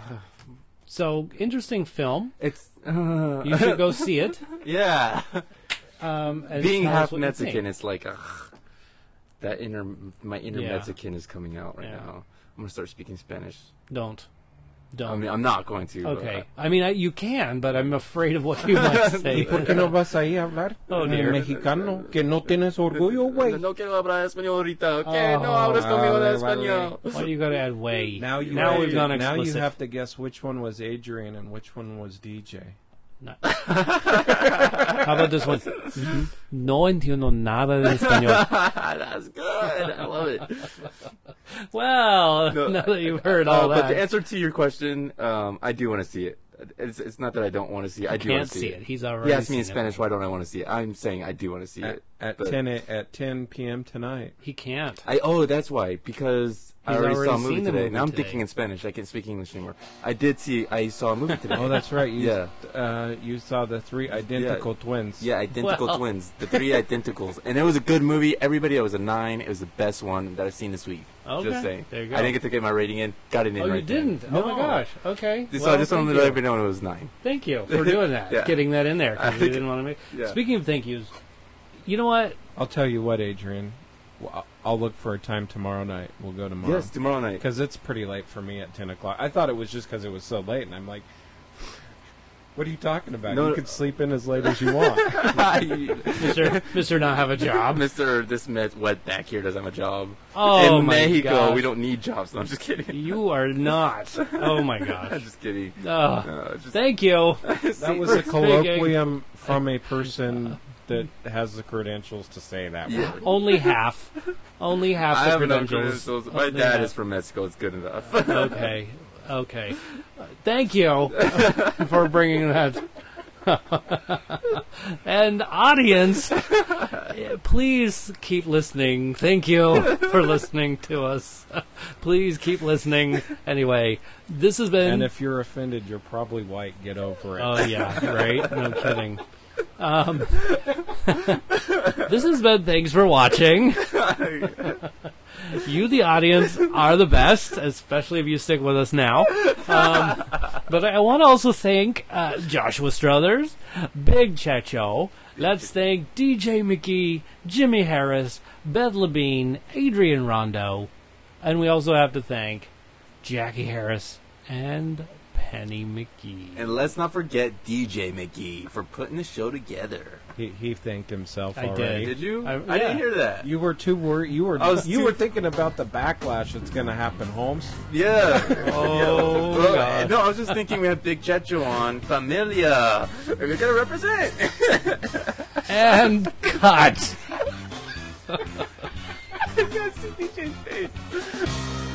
[SPEAKER 2] So interesting film.
[SPEAKER 3] it's <laughs> uh,
[SPEAKER 2] You should go see
[SPEAKER 3] <laughs>
[SPEAKER 2] it. <laughs>
[SPEAKER 3] yeah.
[SPEAKER 2] Um, and
[SPEAKER 3] Being
[SPEAKER 2] tell us
[SPEAKER 3] half
[SPEAKER 2] what you think.
[SPEAKER 3] Mexican, it's like ugh, that inner my inner
[SPEAKER 2] Yeah.
[SPEAKER 3] Mexican is coming out right
[SPEAKER 2] Yeah.
[SPEAKER 3] now. I'm gonna start speaking Spanish.
[SPEAKER 2] Don't, don't.
[SPEAKER 3] I mean, I'm not going to. but
[SPEAKER 2] okay. I mean, I, you can, but I'm afraid of what you
[SPEAKER 3] <laughs>
[SPEAKER 2] might say.
[SPEAKER 4] no vas a ir a hablar
[SPEAKER 2] Oh, dear.
[SPEAKER 4] mexicano que no tienes orgullo,
[SPEAKER 3] I- no quiero hablar español ahorita. Okay, no
[SPEAKER 2] Oh,
[SPEAKER 3] hablas conmigo
[SPEAKER 4] vale,
[SPEAKER 3] en español.
[SPEAKER 2] Why do you got to add way?
[SPEAKER 4] Now you
[SPEAKER 2] now
[SPEAKER 4] have
[SPEAKER 2] we've
[SPEAKER 4] to,
[SPEAKER 2] gone
[SPEAKER 4] now
[SPEAKER 2] explicit.
[SPEAKER 4] you have to guess which one was Adrian and which one was DJ.
[SPEAKER 2] No. How about this one?
[SPEAKER 4] <laughs>
[SPEAKER 2] No entiendo nada de
[SPEAKER 3] <laughs>
[SPEAKER 2] español.
[SPEAKER 3] That's good. I
[SPEAKER 2] <laughs>
[SPEAKER 3] love it.
[SPEAKER 2] Well,
[SPEAKER 3] No,
[SPEAKER 2] now that you've heard
[SPEAKER 3] Uh,
[SPEAKER 2] all
[SPEAKER 3] but
[SPEAKER 2] that,
[SPEAKER 3] the answer to your question, um, I do want to see it. It's, it's not that I don't want to see it. I do want
[SPEAKER 2] can't
[SPEAKER 3] to see,
[SPEAKER 2] see
[SPEAKER 3] it.
[SPEAKER 2] it. He's already.
[SPEAKER 3] He asked me in
[SPEAKER 2] seen it.
[SPEAKER 3] Spanish, why don't I want to see it? I'm saying I do want to see
[SPEAKER 4] At,
[SPEAKER 3] it.
[SPEAKER 4] at
[SPEAKER 3] but-
[SPEAKER 4] ten a, at ten p.m. tonight.
[SPEAKER 2] He can't.
[SPEAKER 3] I oh, that's why because I
[SPEAKER 2] He's
[SPEAKER 3] already, saw a
[SPEAKER 2] already
[SPEAKER 3] movie
[SPEAKER 2] seen the
[SPEAKER 3] today.
[SPEAKER 2] movie
[SPEAKER 3] now I'm
[SPEAKER 2] today.
[SPEAKER 3] thinking in Spanish. I can't speak English anymore. I did see. I saw
[SPEAKER 2] <laughs>
[SPEAKER 3] a movie today.
[SPEAKER 4] Oh, that's right. You,
[SPEAKER 3] <laughs> Yeah.
[SPEAKER 4] uh, you saw the three identical twins.
[SPEAKER 3] Yeah, identical
[SPEAKER 2] Well.
[SPEAKER 3] twins, the three identicals, and it was a good movie. Everybody, it was a nine. It was the best one that I've seen this week.
[SPEAKER 2] Okay,
[SPEAKER 3] Just saying.
[SPEAKER 2] there you go.
[SPEAKER 3] I didn't get to get my rating in. Got it in.
[SPEAKER 2] Oh,
[SPEAKER 3] right
[SPEAKER 2] you didn't?
[SPEAKER 3] There.
[SPEAKER 2] Oh my
[SPEAKER 3] No.
[SPEAKER 2] gosh. Okay.
[SPEAKER 3] Just- So
[SPEAKER 2] Well,
[SPEAKER 3] I just wanted
[SPEAKER 2] thank
[SPEAKER 3] to let
[SPEAKER 2] you.
[SPEAKER 3] everybody know it was nine.
[SPEAKER 2] Thank you for doing that,
[SPEAKER 3] <laughs> Yeah.
[SPEAKER 2] getting that in there because we
[SPEAKER 3] think-
[SPEAKER 2] didn't want to make.
[SPEAKER 3] yeah.
[SPEAKER 2] Speaking of thank yous, you know what?
[SPEAKER 4] I'll tell you what, Adrian. Well, I'll- I'll look for a time tomorrow night. We'll go tomorrow.
[SPEAKER 3] Yes, tomorrow night.
[SPEAKER 4] Because it's pretty late for me at ten o'clock. I thought it was just because it was so late, and I'm like, "What are you talking about?
[SPEAKER 3] No,
[SPEAKER 4] you can sleep in as late as you
[SPEAKER 3] <laughs>
[SPEAKER 4] want."
[SPEAKER 2] Mister Mister not have a job.
[SPEAKER 3] Ah, Mister, this met wet back here doesn't have a job.
[SPEAKER 2] Oh
[SPEAKER 3] in
[SPEAKER 2] my
[SPEAKER 3] Mexico,
[SPEAKER 2] gosh.
[SPEAKER 3] we don't need jobs. No, I'm just kidding. <laughs>
[SPEAKER 2] You are
[SPEAKER 4] <laughs>
[SPEAKER 2] not. Oh my
[SPEAKER 3] I'm
[SPEAKER 2] gosh.
[SPEAKER 3] just kidding.
[SPEAKER 2] Ugh.
[SPEAKER 3] No, it's just-
[SPEAKER 2] thank you.
[SPEAKER 4] That was a colloquium from a person that has the credentials to say that word.
[SPEAKER 2] Only half. Only half
[SPEAKER 3] I
[SPEAKER 2] the
[SPEAKER 3] have enough
[SPEAKER 2] credentials.
[SPEAKER 3] credentials. My
[SPEAKER 2] Only
[SPEAKER 3] dad
[SPEAKER 2] half.
[SPEAKER 3] is from Mexico. It's good enough.
[SPEAKER 2] <laughs>
[SPEAKER 3] <laughs>
[SPEAKER 2] Okay. Okay. Uh, Thank you for bringing that. <laughs> and audience, eh, please keep listening. Thank you for listening to us. Please keep listening. Anyway, this has been.
[SPEAKER 4] And if you're offended, you're probably white. Get over it.
[SPEAKER 2] Oh yeah, right. No kidding. Um, <laughs> this has been thanks for watching. <laughs> you, the audience, are the best, especially if you stick with us now. Um, but I want to also thank uh, Joshua Struthers, Big Checho. Let's thank DJ McGee, Jimmy Harris, Beth Labine, Adrian Rondo, and we also have to thank Jackie Harris and Penny McGee.
[SPEAKER 3] and let's not forget DJ McGee for putting the show together.
[SPEAKER 4] He, he thanked himself
[SPEAKER 2] I
[SPEAKER 4] already.
[SPEAKER 3] Did you?
[SPEAKER 2] I-
[SPEAKER 3] I, didn't
[SPEAKER 2] yeah.
[SPEAKER 3] hear that.
[SPEAKER 4] You were too worried. You were
[SPEAKER 3] I was
[SPEAKER 4] you
[SPEAKER 3] too-
[SPEAKER 2] <laughs>
[SPEAKER 4] were thinking about the backlash that's going to happen, Holmes.
[SPEAKER 3] Yeah.
[SPEAKER 2] Oh,
[SPEAKER 3] Well,
[SPEAKER 2] God.
[SPEAKER 3] no, I was just thinking we have Big Checho on. Familia. We're gonna represent.
[SPEAKER 2] <laughs> and cut.
[SPEAKER 3] That's DJ's face.